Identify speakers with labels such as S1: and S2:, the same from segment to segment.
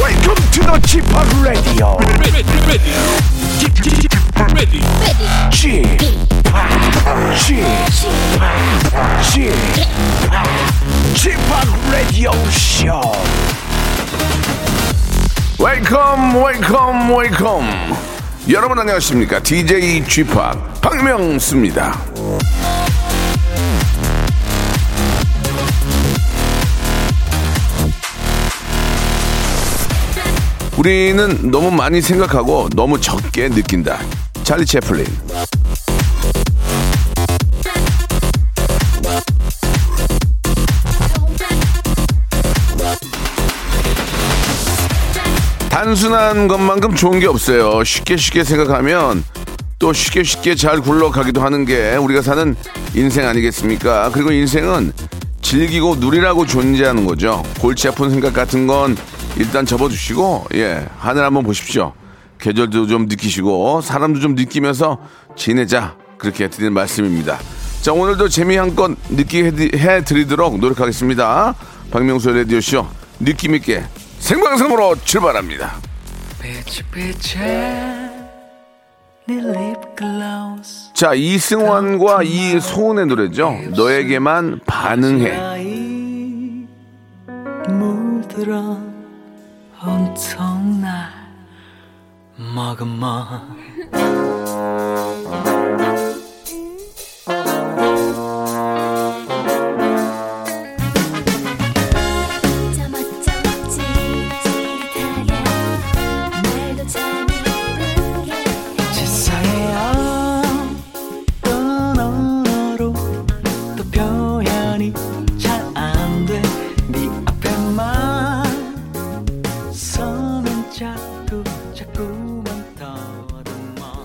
S1: Welcome to the g p o p Radio.
S2: ready, ready, ready,
S1: g p o p g p o p Radio Show.
S3: 웨이컴 웨이컴 웨이컴 여러분 안녕하십니까 DJ g p 박명수입니다 우리는 너무 많이 생각하고 너무 적게 느낀다 찰리 채플린 단순한 것만큼 좋은 게 없어요. 쉽게 쉽게 생각하면 또 쉽게 쉽게 잘 굴러가기도 하는 게 우리가 사는 인생 아니겠습니까? 그리고 인생은 즐기고 누리라고 존재하는 거죠. 골치 아픈 생각 같은 건 일단 접어주시고, 예, 하늘 한번 보십시오. 계절도 좀 느끼시고, 사람도 좀 느끼면서 지내자. 그렇게 드리는 말씀입니다. 자, 오늘도 재미 한건 느끼게 해드- 해드리도록 노력하겠습니다. 박명수 레디오쇼, 느낌있게 생방송으로 출발합니다.
S4: 네
S3: 자 이승환과 이소은의 노래죠. 너에게만 반응해.
S4: 나이 물들어 엄청난 마그마 지사의 어떤 언어로 또 표현이 잘 안돼네 앞에만 서면 자꾸 자꾸만 떠들어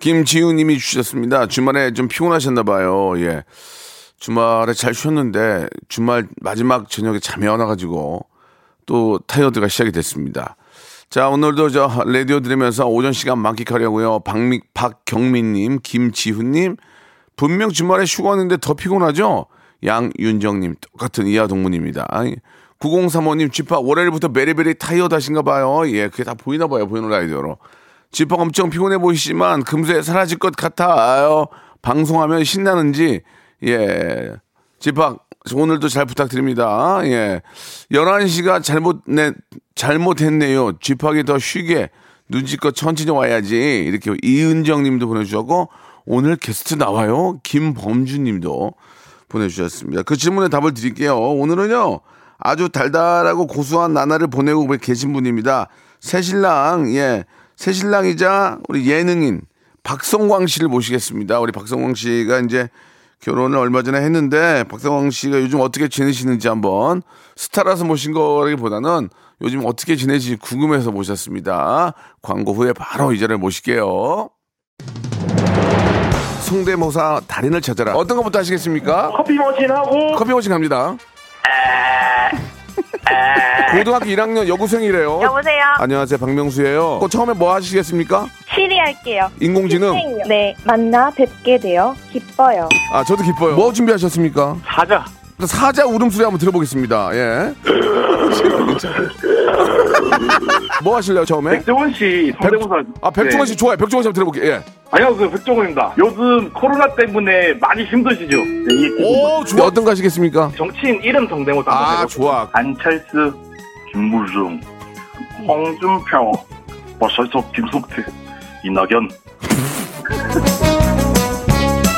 S3: 김지우님이 주셨습니다. 주말에 좀 피곤하셨나 봐요. 예. 주말에 잘 쉬었는데 주말 마지막 저녁에 잠이 안 와가지고 또 타이어드가 시작이 됐습니다. 자 오늘도 저 라디오 들으면서 오전 시간 만끽하려고요. 박미, 박경민님, 김지훈님 분명 주말에 휴가왔는데 더 피곤하죠? 양윤정님 똑같은 이하동문입니다. 9035님 집합 월요일부터 베리베리 타이어다신가 봐요. 예, 그게 다 보이나 봐요. 보이는 라디오로. 집합 엄청 피곤해 보이시지만 금세 사라질 것 같아요. 방송하면 신나는지 예. 집합 오늘도 잘 부탁드립니다. 예. 11시가 잘못 내 잘못했네요. 집합이 더 쉬게 눈치껏 천천히 와야지. 이렇게 이은정 님도 보내주셨고, 오늘 게스트 나와요. 김범주 님도 보내주셨습니다. 그 질문에 답을 드릴게요. 오늘은요, 아주 달달하고 고소한 나날을 보내고 계신 분입니다. 새신랑, 예, 새신랑이자 우리 예능인 박성광 씨를 모시겠습니다. 우리 박성광 씨가 이제 결혼을 얼마 전에 했는데 박성광 씨가 요즘 어떻게 지내시는지 한번 스타라서 모신 거라기보다는 요즘 어떻게 지내지 궁금해서 모셨습니다. 광고 후에 바로 이 자리를 모실게요. 성대모사 달인을 찾아라. 어떤 것부터 하시겠습니까?
S5: 커피 머신하고
S3: 커피 머신 갑니다. 고등학교 1학년 여고생이래요.
S6: 여보세요.
S3: 안녕하세요, 박명수예요. 어, 처음에 뭐 하시겠습니까?
S6: 시리 할게요.
S3: 인공지능.
S6: 네. 만나 뵙게 되어 기뻐요.
S3: 아, 저도 기뻐요. 뭐 준비하셨습니까?
S5: 사자.
S3: 사자 울음소리 한번 들어보겠습니다. 예. 뭐 하실래요 처음에?
S5: 백종원 씨 성대모사.
S3: 아 백종원
S5: 네.
S3: 씨 좋아요. 백종원 씨 한번 들어볼게요. 예.
S5: 안녕하세요 그 백종원입니다. 요즘 코로나 때문에 많이 힘드시죠? 네, 이
S3: 오 좋아. 예, 어떤 거 하시겠습니까?
S5: 정치인 이름 성대모사 한번
S3: 아
S5: 해볼게요.
S3: 좋아.
S5: 안철수, 김무중, 홍준표, 버설석, 김성태, 이낙연.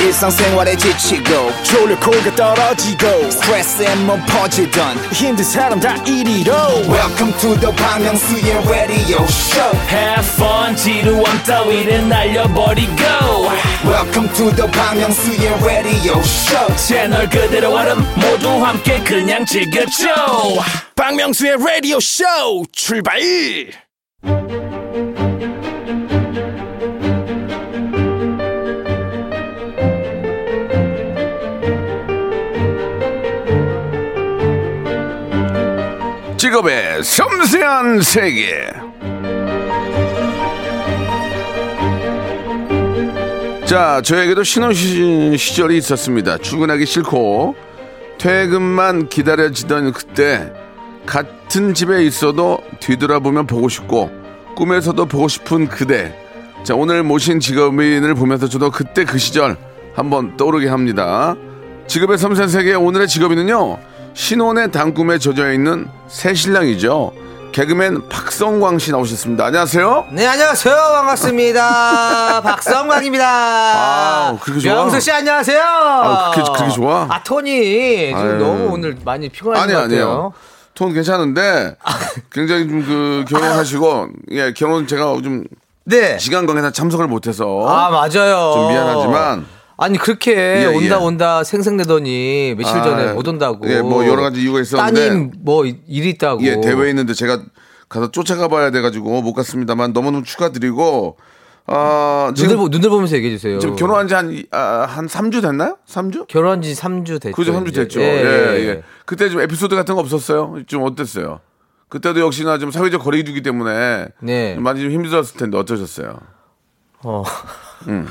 S7: 일상생활에 지치고, 졸려 코가 떨어지고, 스트레스에 몸 퍼지던, 힘든 사람 다 이리로. welcome to the Bang Myung-soo's radio show
S4: Have fun 지루함 따위를 날려버리고
S7: welcome to the Bang Myung-soo's radio show
S4: 채널 그대로 얼음 모두 함께 그냥 즐겨줘 박명수의 라디오 쇼 출발
S3: 직업의 섬세한 세계. 자, 저에게도 신혼 시- 시절이 있었습니다. 출근하기 싫고 퇴근만 기다려지던 그때 같은 집에 있어도 뒤돌아보면 보고 싶고 꿈에서도 보고 싶은 그대. 자, 오늘 모신 직업인을 보면서 저도 그때 그 시절 한번 떠오르게 합니다. 직업의 섬세한 세계 오늘의 직업인은요. 신혼의 단꿈에 젖어 있는 새 신랑이죠. 개그맨 박성광 씨 나오셨습니다. 안녕하세요.
S8: 네 안녕하세요 반갑습니다 박성광입니다.
S3: 아우, 그렇게 좋아?
S8: 명수 씨 안녕하세요.
S3: 아우, 그렇게- 그렇게 좋아?
S8: 아 톤이 지금
S3: 아유.
S8: 너무 오늘 많이 피곤한
S3: 아니
S8: 것
S3: 아니에요.
S8: 같아요. 아.
S3: 톤 괜찮은데 굉장히 좀 그 결혼하시고 예 결혼 제가 좀
S8: 네.
S3: 시간 관계상 참석을 못해서
S8: 아 맞아요.
S3: 어? 좀 미안하지만
S8: 아니 그렇게
S3: 예.
S8: 온다 온다 생생내더니 며칠
S3: 아,
S8: 전에 못 온다고.
S3: 예, 뭐 여러 가지 이유가 있었는데.
S8: 따님 뭐 일이 있다고.
S3: 예 대회 있는데 제가 가서 쫓아가봐야 돼가지고 못 갔습니다만 너무너무 축하드리고 아
S8: 눈을, 보,
S3: 지금
S8: 눈을 보면서 얘기해 주세요.
S3: 지금 결혼한 지한한 아, 한 3주 됐나요? 3주?
S8: 결혼한 지 3주 됐죠.
S3: 그죠 3주
S8: 이제.
S3: 됐죠. 예, 예, 그때 좀 에피소드 같은 거 없었어요? 좀 어땠어요? 그때도 역시나 좀 사회적 거리두기 때문에
S8: 네.
S3: 많이 좀 힘들었을 텐데 어떠셨어요?
S8: 어.
S3: 음.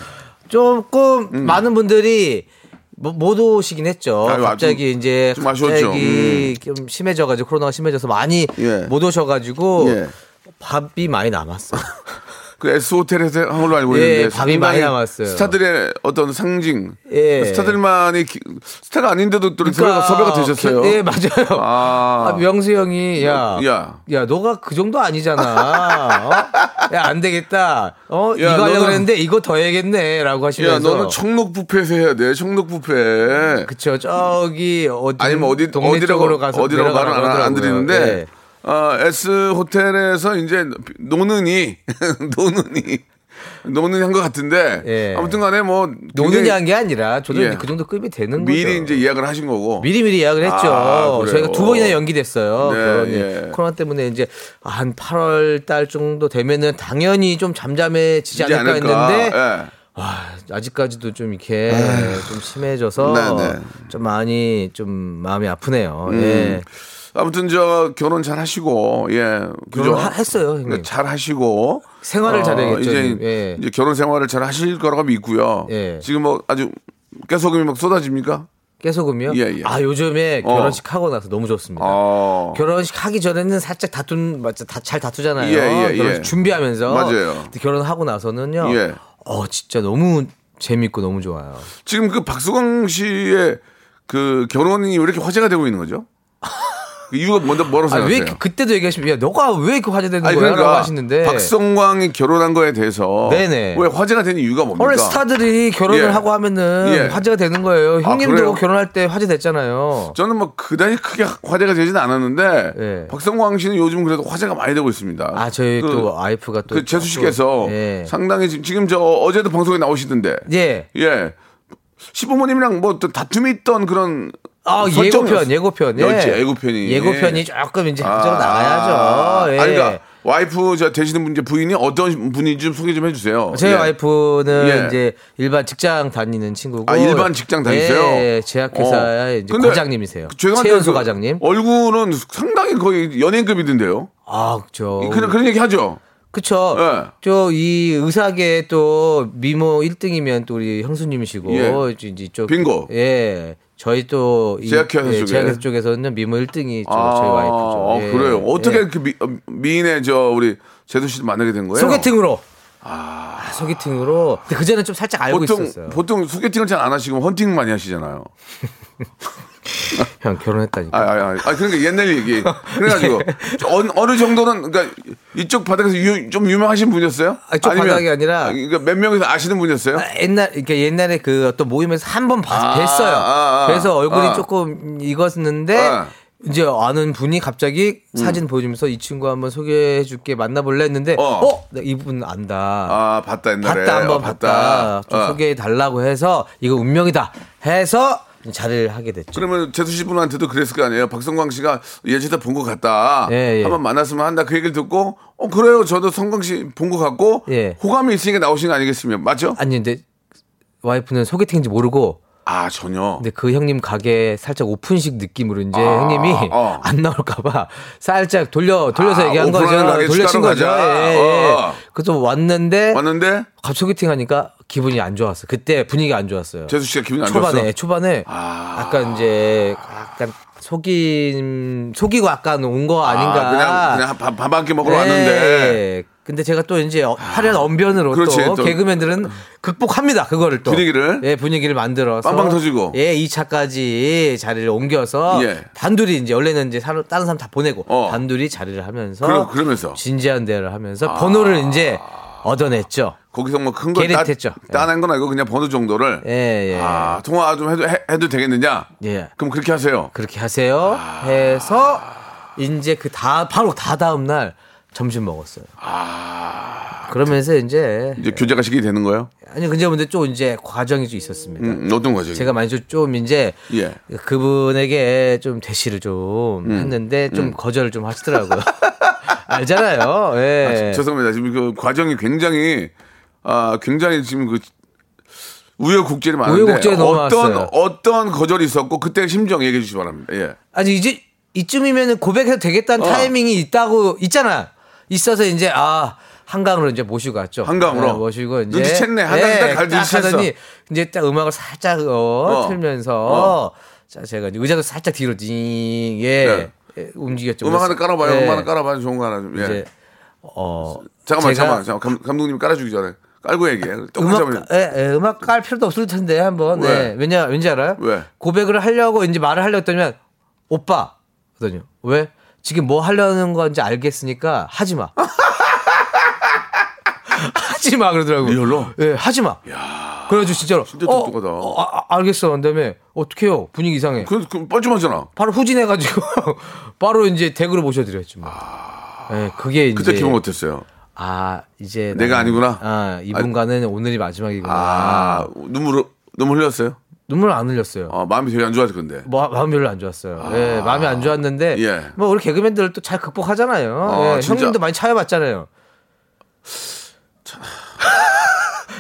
S8: 조금 많은 분들이 뭐- 못 오시긴 했죠.
S3: 아유, 아,
S8: 갑자기
S3: 좀-
S8: 이제
S3: 좀 아쉬웠죠. 음.
S8: 갑자기 좀 심해져가지고 코로나가 심해져서 많이
S3: 예.
S8: 못 오셔가지고
S3: 예.
S8: 밥이 많이 남았어.
S3: 그 S 호텔에서 한 걸로 알고 있는데
S8: 예, 밥이
S3: 상당히
S8: 많이 남았어요.
S3: 스타들의 어떤 상징,
S8: 예.
S3: 스타들만이 기- 스타가 아닌데도 또 그러니까 섭외가, 섭외가 되셨어요.
S8: 네 맞아요.
S3: 아.
S8: 아, 명수 형이 야,
S3: 야.
S8: 야, 너가 그 정도 아니잖아. 어? 야, 안 되겠다. 어,
S3: 야,
S8: 이거 하려고
S3: 너는-
S8: 했는데 이거 더 해야겠네라고 하시면서.
S3: 야, 너는 청록 뷔페에서 해야 돼. 청록 뷔페.
S8: 그쵸 저기 어디
S3: 아니면 어디
S8: 동네
S3: 어디라고
S8: 쪽으로 가서
S3: 어디라고 말은
S8: 내려가라고
S3: 안, 안
S8: 하더라고요.
S3: 드리는데
S8: 네.
S3: 아, S 호텔에서 이제 노느니 노느니 노느니 한 것 같은데
S8: 예.
S3: 아무튼간에 뭐
S8: 노는
S3: 굉장히
S8: 양게 아니라 저도
S3: 예.
S8: 이제 그 정도 급이 되는
S3: 미리
S8: 거죠.
S3: 이제 예약을 하신 거고
S8: 미리 미리 예약을 했죠.
S3: 아, 그래요?
S8: 저희가 두 번이나 연기됐어요.
S3: 네,
S8: 결혼이.
S3: 예.
S8: 코로나 때문에 이제 한 8월 달 정도 되면은 당연히 좀 잠잠해지지
S3: 이제
S8: 않을까,
S3: 않을까.
S8: 했는데
S3: 예.
S8: 와, 아직까지도 좀 이렇게 좀 심해져서
S3: 네, 네.
S8: 좀 많이 좀 마음이 아프네요. 예.
S3: 아무튼 저 결혼 잘 하시고 예
S8: 결혼 하- 했어요, 형님.
S3: 그러니까 잘 하시고
S8: 생활을 잘해야겠죠,
S3: 어, 이제,
S8: 형님. 예.
S3: 이제 결혼 생활을 잘 하실 거라고 믿고요.
S8: 예.
S3: 지금 뭐 아주 깨소금이 막 쏟아집니까?
S8: 깨소금이요?
S3: 예, 예.
S8: 아, 요즘에
S3: 어.
S8: 결혼식 하고 나서 너무 좋습니다.
S3: 어.
S8: 결혼식 하기 전에는 살짝 다툰 맞죠 다 잘 다투잖아요.
S3: 예, 예,
S8: 결혼식
S3: 예.
S8: 준비하면서
S3: 맞아요.
S8: 근데 결혼하고 나서는요.
S3: 예.
S8: 어 진짜 너무 재밌고 너무 좋아요.
S3: 지금 그 박수광 씨의 그 결혼이 왜 이렇게 화제가 되고 있는 거죠? 그 이유가 뭔데 뭐라고
S8: 아, 왜
S3: 생각하세요?
S8: 이렇게 그때도 얘기하시면 야 너가 왜 이렇게 화제되는
S3: 아니, 그러니까
S8: 거야라고 하시는데
S3: 박성광이 결혼한 거에 대해서
S8: 네네.
S3: 왜 화제가 된 이유가 뭡니까?
S8: 원래 스타들이 결혼을
S3: 예.
S8: 하고 하면은
S3: 예.
S8: 화제가 되는 거예요. 형님도
S3: 그래요?
S8: 결혼할 때 화제됐잖아요.
S3: 저는 뭐 그다지 크게 화제가 되진 않았는데
S8: 예.
S3: 박성광 씨는 요즘 그래도 화제가 많이 되고 있습니다.
S8: 아 저희
S3: 그,
S8: 또 와이프가 또
S3: 그 재수 씨께서
S8: 예.
S3: 상당히 지금, 지금 저 어제도 방송에 나오시던데
S8: 예.
S3: 예. 시부모님이랑 뭐 또 다툼이 있던 그런
S8: 아
S3: 설정이었-
S8: 예고편 예고편 예.
S3: 그렇지, 예고편이 아.
S8: 예고편이 조금 이제 한쪽으로 나가야죠. 예.
S3: 아니, 그러니까 와이프 저 되시는 분 이제 부인이 어떤 분인지 좀 소개 좀 해주세요.
S8: 어, 제
S3: 예.
S8: 와이프는
S3: 예.
S8: 이제 일반 직장 다니는 친구고.
S3: 아 일반 직장 다니세요?
S8: 예, 예, 제약회사의
S3: 어.
S8: 이제
S3: 근데
S8: 과장님이세요.
S3: 그 죄송한데
S8: 최연소
S3: 그
S8: 과장님.
S3: 얼굴은 상당히 거의 연예인급이던데요.
S8: 아, 그죠.
S3: 그 그런 얘기 하죠.
S8: 그쵸.
S3: 예.
S8: 저이 의사계 또 미모 1등이면 또 우리 형수님이시고.
S3: 예.
S8: 이제 이쪽.
S3: 빙고.
S8: 예. 저희 또. 이-
S3: 제약회사
S8: 예,
S3: 쪽에.
S8: 제약회사 쪽에서는 미모 1등이
S3: 아,
S8: 저희 와이프죠.
S3: 아,
S8: 예.
S3: 그래요. 어떻게
S8: 예.
S3: 이렇게 미, 어, 미인의 저 우리 제수 씨도 만나게 된 거예요?
S8: 소개팅으로. 아. 소개팅으로. 근데 그전에 좀 살짝 알고
S3: 보통
S8: 있었어요.
S3: 보통 소개팅을 잘 안 하시고 헌팅 많이 하시잖아요.
S8: 형 결혼했다니까.
S3: 아, 아, 아, 아, 그러니까 옛날 얘기. 그래가지고
S8: 예.
S3: 어느, 어느 정도는 그러니까 이쪽 바닥에서 유, 좀 유명하신 분이었어요?
S8: 아, 이쪽 바닥이 아니라-
S3: 그러니까 몇 명에서 아시는 분이었어요?
S8: 아, 옛날 그러니까 옛날에 그 어떤 모임에서 한 번
S3: 아,
S8: 뵀어요.
S3: 아, 아,
S8: 그래서 얼굴이
S3: 아.
S8: 조금 익었는데
S3: 아.
S8: 이제 아는 분이 갑자기
S3: 음.
S8: 사진 보여주면서 이 친구 한번 소개해줄게 만나볼래 했는데
S3: 어.
S8: 어, 나 이분 안다.
S3: 아 봤다 옛날에.
S8: 봤다 한번
S3: 어,
S8: 봤다. 좀
S3: 어.
S8: 소개해달라고 해서 이거 운명이다 해서 자리를 하게 됐죠.
S3: 그러면 재수 씨 분한테도 그랬을 거 아니에요. 박성광 씨가 예전에 본 것 같다.
S8: 예, 예.
S3: 한번 만났으면 한다. 그 얘기를 듣고 어 그래요. 저도 성광 씨 본 것 같고
S8: 예.
S3: 호감이 있으니까 나오신 거 아니겠습니까? 맞죠?
S8: 아니 근데 와이프는 소개팅인지 모르고
S3: 아 전혀.
S8: 근데 그 형님 가게 살짝 오픈식 느낌으로 이제 형님이
S3: 어.
S8: 안 나올까봐 살짝 돌려 돌려서
S3: 아,
S8: 얘기한 거죠. 예,
S3: 오픈하는 가게
S8: 돌려친
S3: 식당으로
S8: 거죠.
S3: 가자.
S8: 예, 예.
S3: 어.
S8: 그래서 왔는데
S3: 아, 왔는데
S8: 갑 소개팅 하니까 기분이 안 좋았어. 그때 분위기 안 좋았어요.
S3: 재수 씨가 기분이 안
S8: 초반에
S3: 좋았어.
S8: 초반에
S3: 아.
S8: 약간 이제 약간 속임 속이고 약간 온 거 아닌가.
S3: 아, 그냥 그냥 밥 한 끼 먹으러
S8: 네.
S3: 왔는데 아,
S8: 근데 제가 또 이제 어- 화려한 언변으로
S3: 그렇지,
S8: 또,
S3: 또.
S8: 개그맨들은 극복합니다. 그거를 또
S3: 분위기를?
S8: 예, 분위기를 만들어서
S3: 빵빵 터지고.
S8: 예, 2차까지 자리를 옮겨서
S3: 예.
S8: 단둘이 이제 원래는 이제 사람- 다른 사람 다 보내고
S3: 어. 그렇죠.
S8: 단둘이 자리를 하면서
S3: 그러- 그러면서.
S8: 진지한 대화를 하면서
S3: 아.
S8: 번호를 이제 얻어냈죠.
S3: 거기서 뭐 큰걸 따,
S8: 계릿했죠. 예.
S3: 따낸 건 아니고 그냥 번호 정도를
S8: 예, 예.
S3: 아 통화 좀 해도 해, 도 되겠느냐?
S8: 예.
S3: 그럼 그렇게 하세요.
S8: 그렇게 하세요.
S3: 아.
S8: 해서 이제 그 다 바로 다 다음 날 점심 먹었어요.
S3: 아. 네.
S8: 그러면서 이제
S3: 이제 교제가 시기 되는 거예요?
S8: 아니 근데 근데 좀 이제 과정이 좀 있었습니다.
S3: 음, 어떤 거죠?
S8: 네. 제가 많이 좀- 좀 이제
S3: 예. 음.
S8: 그분에게 좀 대시를 좀 했는데 좀 거절을 좀 하시더라고요. 알잖아요. 예.
S3: 아, 지- 죄송합니다. 지금 그 과정이 굉장히 아 굉장히 지금 그 우여곡절이 많은데
S8: 우여곡절이 너무
S3: 어떤
S8: 많았어요.
S3: 어떤 거절이 있었고 그때 심정 얘기해 주시기 바랍니다. 예.
S8: 아니 이제 이쯤이면 고백해도 되겠다는
S3: 어.
S8: 타이밍이 있다고 있잖아. 있어서 이제 아 한강으로 이제 모시고 갔죠.
S3: 한강으로?
S8: 네, 모시고 이제
S3: 눈치챘네. 한강
S8: 예,
S3: 딱갈 눈치챘어.
S8: 하더니 이제 딱 음악을 살짝 어,
S3: 어.
S8: 틀면서 자 제가 이제 의자도 살짝 뒤로 징예
S3: 네.
S8: 움직였죠.
S3: 음악 하나 깔아봐요.
S8: 예.
S3: 음악 하나 깔아봐요. 좋은 거 하나 좀. 예.
S8: 이제 어
S3: 잠깐만,
S8: 제가
S3: 잠깐만, 잠깐만. 감, 감독님 깔아주기 전에 깔고 얘기해. 똑같이 하면
S8: 음악 예, 예, 음악 깔 필요도 없을 텐데 한번
S3: 왜?
S8: 예, 왜냐 왠지 알아요?
S3: 왜?
S8: 고백을 하려고 이제 말을 하려고 했더니 오빠 그러더니 왜 지금 뭐 하려는 건지 알겠으니까 하지 마. 하지 마 그러더라고.
S3: 리얼로?
S8: 예, 하지 마. 그래가지고 진짜로.
S3: 진짜
S8: 어,
S3: 똑똑하다.
S8: 어, 아, 아, 알겠어. 그다음에 어떡해요? 분위기 이상해.
S3: 그, 그 뻘쭘하잖아.
S8: 바로 후진해가지고 바로 이제 댁으로 모셔드렸죠. 뭐. 예, 그게 이제
S3: 아. 그때 기분 어땠어요?
S8: 아 이제
S3: 내가
S8: 나는-
S3: 아니구나?
S8: 아 이분과는 오늘이 마지막이구나.
S3: 아, 눈물 눈물
S8: 네.
S3: 흘렸어요?
S8: 눈물 안 흘렸어요.
S3: 아, 마음이 되게 안 좋아서 근데.
S8: 뭐, 마음 별로 안 좋았어요. 예, 마음이 안 좋았는데
S3: 아. 예.
S8: 뭐 우리 개그맨들 또 잘 극복하잖아요.
S3: 아,
S8: 예,
S3: 진짜.
S8: 형님도 많이 차여봤잖아요.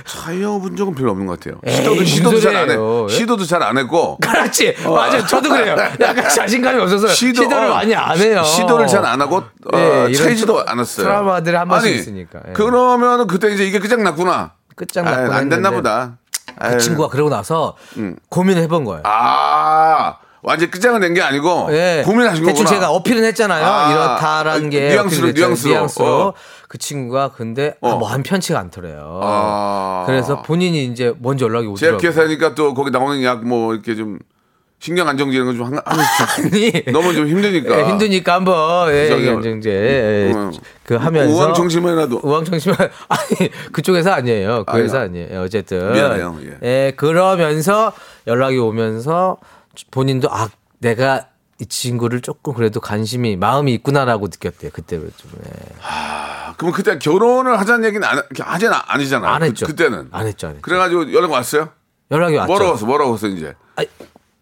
S3: 차이어 본 적은 별로 없는 것 같아요.
S8: 에이,
S3: 시도도
S8: 무슨
S3: 시도도 잘 안 해.
S8: 네. 소리예요. 예?
S3: 시도도 잘 안 했고.
S8: 그렇지 뭐, 맞아요. 저도 그래요. 약간 자신감이 없어서 시도, 를
S3: 어,
S8: 많이 안 해요.
S3: 시- 시도를 잘 안 하고 어,
S8: 예, 이런
S3: 차이지도
S8: 트라-
S3: 않았어요.
S8: 트라우마들이 한 번씩
S3: 아니,
S8: 있으니까, 예.
S3: 그러면 그때 이제 이게 그냥 났구나.
S8: 끝장났구나
S3: 아, 안
S8: 했는데
S3: 됐나 보다. 음.
S8: 그 친구가 그러고 나서 고민을 해본 거예요.
S3: 아 완전 끝장을 낸 게 아니고
S8: 예.
S3: 고민하신 거구나.
S8: 대충 제가 어필은 했잖아요.
S3: 아,
S8: 이렇다라는 게
S3: 뉘앙스로,
S8: 어필이 됐잖아요.
S3: 뉘앙스로. 어.
S8: 그 친구가 근데
S3: 어.
S8: 아, 뭐 한편치가 않더래요.
S3: 아.
S8: 그래서 본인이 이제 먼저 연락이
S3: 제
S8: 오더라고요.
S3: 기사니까 또 거기 나오는 약 뭐 이렇게 좀 신경 안정제 이런 거좀 하고
S8: 아니
S3: 너무 좀 힘드니까.
S8: 예, 힘드니까 한번 예,
S3: 저기,
S8: 이제 예,
S3: 음.
S8: 그 하면서
S3: 우왕청심해라도
S8: 우왕청심 아니 그쪽 회사 아니에요. 그
S3: 아,
S8: 회사 아니에요. 예, 어쨌든
S3: 미안해요.
S8: 예. 그러면서 연락이 오면서 본인도 아 내가 이 친구를 조금 그래도 관심이 마음이 있구나라고 느꼈대요. 그때 좀 예.
S3: 아, 그럼 그때 결혼을 하자는 얘기는 안, 하진 않- 아니잖아요.
S8: 안 했죠.
S3: 그, 때는
S8: 안 했죠, 안 했죠.
S3: 그래가지고 연락 왔어요?
S8: 연락이 왔죠.
S3: 뭐라고 왔어? 뭐라고 왔어 이제?
S8: 아니,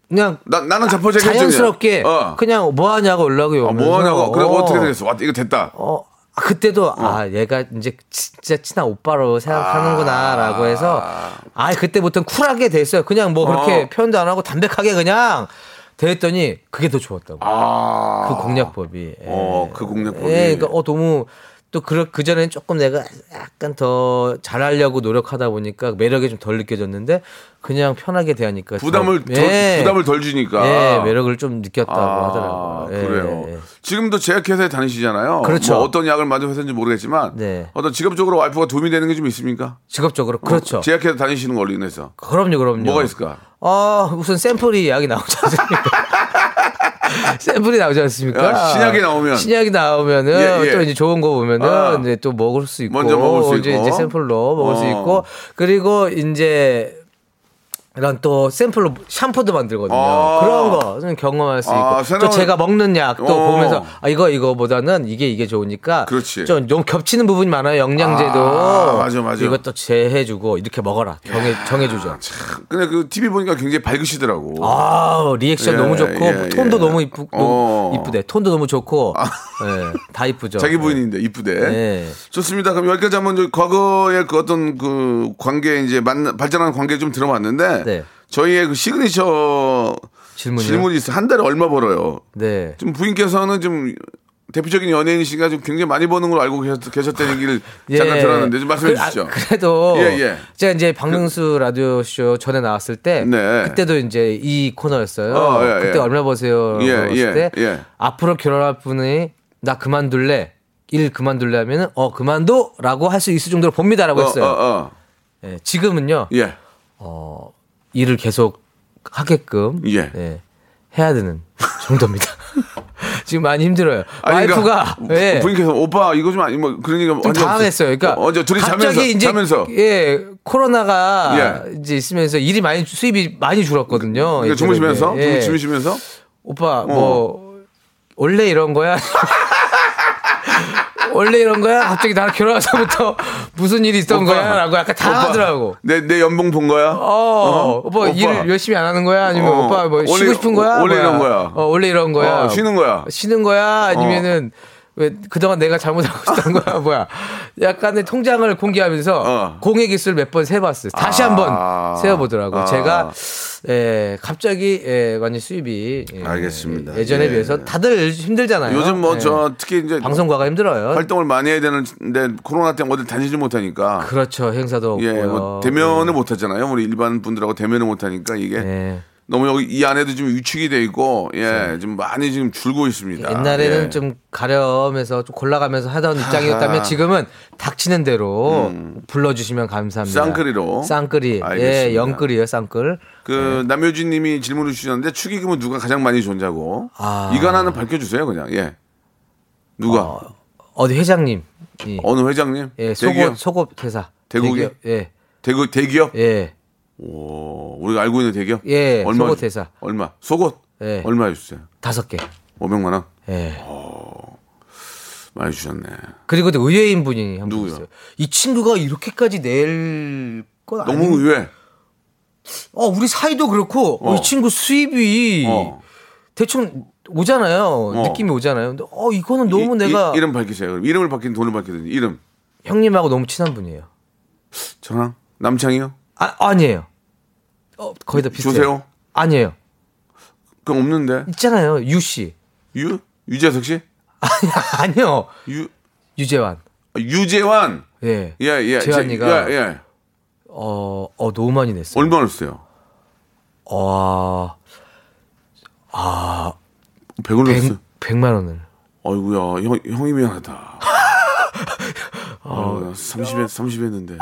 S8: 그냥
S3: 나 나는 자포자기
S8: 아, 자연스럽게
S3: 어.
S8: 그냥 뭐 하냐고 연락이 오면서
S3: 아, 뭐 하냐고. 그래 뭐
S8: 어.
S3: 어떻게 되겠어? 와 이거 됐다.
S8: 어, 아, 그때도 아 얘가 이제 진짜 친한 오빠로 생각하는구나라고 해서 아 그때부터 쿨하게 됐어요. 그냥 뭐 그렇게
S3: 어.
S8: 표현도 안 하고 담백하게 그냥 됐더니 그게 더 좋았다고.
S3: 아.
S8: 그 공략법이. 예.
S3: 어, 그 공략법이.
S8: 예, 그러니까 어 너무 또 그, 그 전에는 조금 내가 약간 더 잘하려고 노력하다 보니까 매력이 좀 덜 느껴졌는데 그냥 편하게 대하니까 더-
S3: 부담을 덜,
S8: 예.
S3: 부담을 덜 주니까.
S8: 예, 매력을 좀 느꼈다고
S3: 아,
S8: 하더라고요. 예,
S3: 그래요.
S8: 예.
S3: 지금도 제약회사에 다니시잖아요.
S8: 그렇죠.
S3: 뭐 어떤 약을 맞은 회사인지 모르겠지만
S8: 네.
S3: 어떤 직업적으로 와이프가 도움이 되는 게 좀 있습니까?
S8: 직업적으로 그렇죠.
S3: 뭐 제약회사 다니시는 걸로 인해서
S8: 그럼요, 그럼요.
S3: 뭐가 있을까?
S8: 어, 우선 샘플이 약이 나오지 않습니까? 샘플이 나오지 않습니까?
S3: 야, 아, 신약이 나오면.
S8: 신약이 나오면은
S3: 예, 예.
S8: 또 이제 좋은 거 보면은
S3: 아.
S8: 이제 또 먹을 수 있고
S3: 먼저 먹을 수
S8: 이제,
S3: 있고.
S8: 이제 샘플로 먹을 수
S3: 어.
S8: 있고 그리고 이제 이런 또 샘플로 샴푸도 만들거든요.
S3: 아.
S8: 그런 거는 경험할 수 있고
S3: 아,
S8: 또
S3: 새로운-
S8: 제가 먹는 약도
S3: 어.
S8: 보면서 아 이거 이거보다는 이게 이게 좋으니까
S3: 그렇지.
S8: 좀 너무 겹치는 부분이 많아요. 영양제도
S3: 아, 맞아, 맞아.
S8: 이것도 제해주고 이렇게 먹어라 정해 정해주죠.
S3: 참, 근데 그 TV 보니까 굉장히 밝으시더라고.
S8: 아 리액션
S3: 예,
S8: 너무 좋고
S3: 예,
S8: 톤도
S3: 예.
S8: 너무 이쁘
S3: 어. 아.
S8: 너무 이쁘대 톤도 너무 좋고 예, 다 이쁘죠.
S3: 자기 부인인데 이쁘대.
S8: 네.
S3: 좋습니다. 그럼 여기까지 한번 이제 과거의 그 어떤 그 관계 이제 만 발전하는 관계 좀 들어봤는데
S8: 네.
S3: 저희의 그 시그니처
S8: 질문이요?
S3: 질문이 있어 요한 달에 얼마 벌어요?
S8: 네.
S3: 지금 부인께서는 좀 대표적인 연예인이시가 좀 굉장히 많이 버는 걸로 알고 계셨, 계셨다는 얘기를
S8: 예.
S3: 잠깐 들었는데 좀 말씀해
S8: 그, 아,
S3: 주시죠.
S8: 그래도
S3: 예, 예.
S8: 제가 이제 박명수 라디오 쇼 전에 나왔을 때
S3: 네.
S8: 그때도 이제 이 코너였어요.
S3: 어, 예,
S8: 그때
S3: 예.
S8: 얼마 버세요?
S3: 예,
S8: 물어봤을
S3: 예,
S8: 때
S3: 예.
S8: 앞으로 결혼할 분이 나 그만둘래. 일 그만둘래 하면은 어 그만둬라고 할 수 있을 정도로 봅니다라고
S3: 어,
S8: 했어요.
S3: 어, 어.
S8: 예, 지금은요
S3: 예.
S8: 일을 계속 하게끔
S3: 예.
S8: 예, 해야 되는 정도입니다. 지금 많이 힘들어요.
S3: 아니,
S8: 와이프가
S3: 그러니까
S8: 예.
S3: 부인께서 오빠 이거 좀 아니 뭐 그런 얘기가
S8: 좀
S3: 완전 없-
S8: 당황했어요. 그러니까
S3: 어, 저 둘이
S8: 갑자기
S3: 자면서
S8: 이제
S3: 자면서
S8: 예 코로나가
S3: 예.
S8: 이제 있으면서 일이 많이 주- 수입이 많이 줄었거든요.
S3: 그러니까
S8: 예전에.
S3: 주무시면서
S8: 예.
S3: 둘이 주무시면서 어.
S8: 오빠 뭐 원래 이런 거야. 원래 이런 거야? 갑자기 나랑 결혼하자부터 무슨 일이 있던
S3: 오빠.
S8: 거야?라고 약간 당하더라고.
S3: 내 내 연봉 본 거야?
S8: 어, 오빠,
S3: 오빠.
S8: 일을 열심히 안 하는 거야? 아니면
S3: 어.
S8: 오빠 뭐
S3: 원래-
S8: 쉬고 싶은 거야?
S3: 원래
S8: 뭐야?
S3: 이런 거야.
S8: 어, 원래 이런 거야. 예.
S3: 어, 쉬는 거야.
S8: 아, 쉬는 거야? 아니면은
S3: 어.
S8: 왜 그동안 내가 잘못하고 있던 거야? 뭐야? 약간의 통장을 공개하면서
S3: 어.
S8: 공의 기술 몇 번 세봤어요. 다시
S3: 아.
S8: 한번 세어보더라고.
S3: 아.
S8: 제가 예, 갑자기 예, 완전 수입이 예,
S3: 알겠습니다.
S8: 예전에
S3: 예.
S8: 비해서 다들 힘들잖아요.
S3: 요즘
S8: 예.
S3: 뭐 저 특히 이제
S8: 방송가가 힘들어요.
S3: 활동을 많이 해야 되는데 코로나 때문에 어딜 다니지 못하니까
S8: 그렇죠. 행사도 없고요.
S3: 예, 뭐 대면을 못 하잖아요. 우리 일반 분들하고 대면을 못 하니까 이게
S8: 예.
S3: 너무 여기 이 안에도 좀 위축이 돼 있고 예, 좀 많이 지금 줄고 있습니다.
S8: 그렇죠. 아, 옛날에는
S3: 예.
S8: 좀 가려면서 좀 골라가면서 하던 입장이었다면 지금은 닥치는 대로 불러주시면 감사합니다.
S3: 음. 쌍끌이로.
S8: 쌍끌이.
S3: 알겠습니다.
S8: 예, 영끌이요, 쌍끌.
S3: 그
S8: 네.
S3: 남효진 님이 질문을 주셨는데 축의금은 누가 가장 많이 존재하고
S8: 아.
S3: 이거 하나는 밝혀 주세요, 그냥. 예. 누가?
S8: 어디 회장님. 이
S3: 어. 느 회장님?
S8: 아, 예,
S3: 대기업?
S8: 속옷, 속옷 회사.
S3: 대국이요?
S8: 대기업, 예,
S3: 대구 대기업?
S8: 예.
S3: 오, 우리가 알고 있는 대기업?
S8: 예, 속옷 회사.
S3: 얼마? 속옷?
S8: 예.
S3: 얼마 주세요?
S8: 다섯 개.
S3: 500만 원.
S8: 예.
S3: 많이 주셨네.
S8: 그리고 또 의외인 분이 한 분
S3: 누구요?
S8: 있어요. 이 친구가 이렇게까지 낼 건 아니
S3: 너무 의외.
S8: 어, 우리 사이도 그렇고 어,
S3: 어.
S8: 이 친구 수입이
S3: 어.
S8: 대충 오잖아요. 느낌이 오잖아요. 근데 어, 이거는 너무
S3: 이-
S8: 내가
S3: 이, 이름 밝히세요. 그럼 이름을 밝힌 돈을 밝히든지 이름.
S8: 형님하고 너무 친한 분이에요.
S3: 저랑 남창이요?
S8: 아, 아니에요. 어, 거의 다 비슷해요.
S3: 주세요.
S8: 아니에요.
S3: 그건 없는데.
S8: 있잖아요. 유 씨.
S3: 유 유재석 씨?
S8: 아니요.
S3: 유
S8: 유재환.
S3: 아, 유재환.
S8: 예.
S3: 예, 예.
S8: 재환이가
S3: 제- 예, 예.
S8: 어, 어 너무 많이 냈어요.
S3: 얼마나 썼어요?
S8: 어,
S3: 100을
S8: 백
S3: 넣었어요.
S8: 1만 원을.
S3: 아이고야, 형, 형이 미안하다. 어, 30, 30 했는데.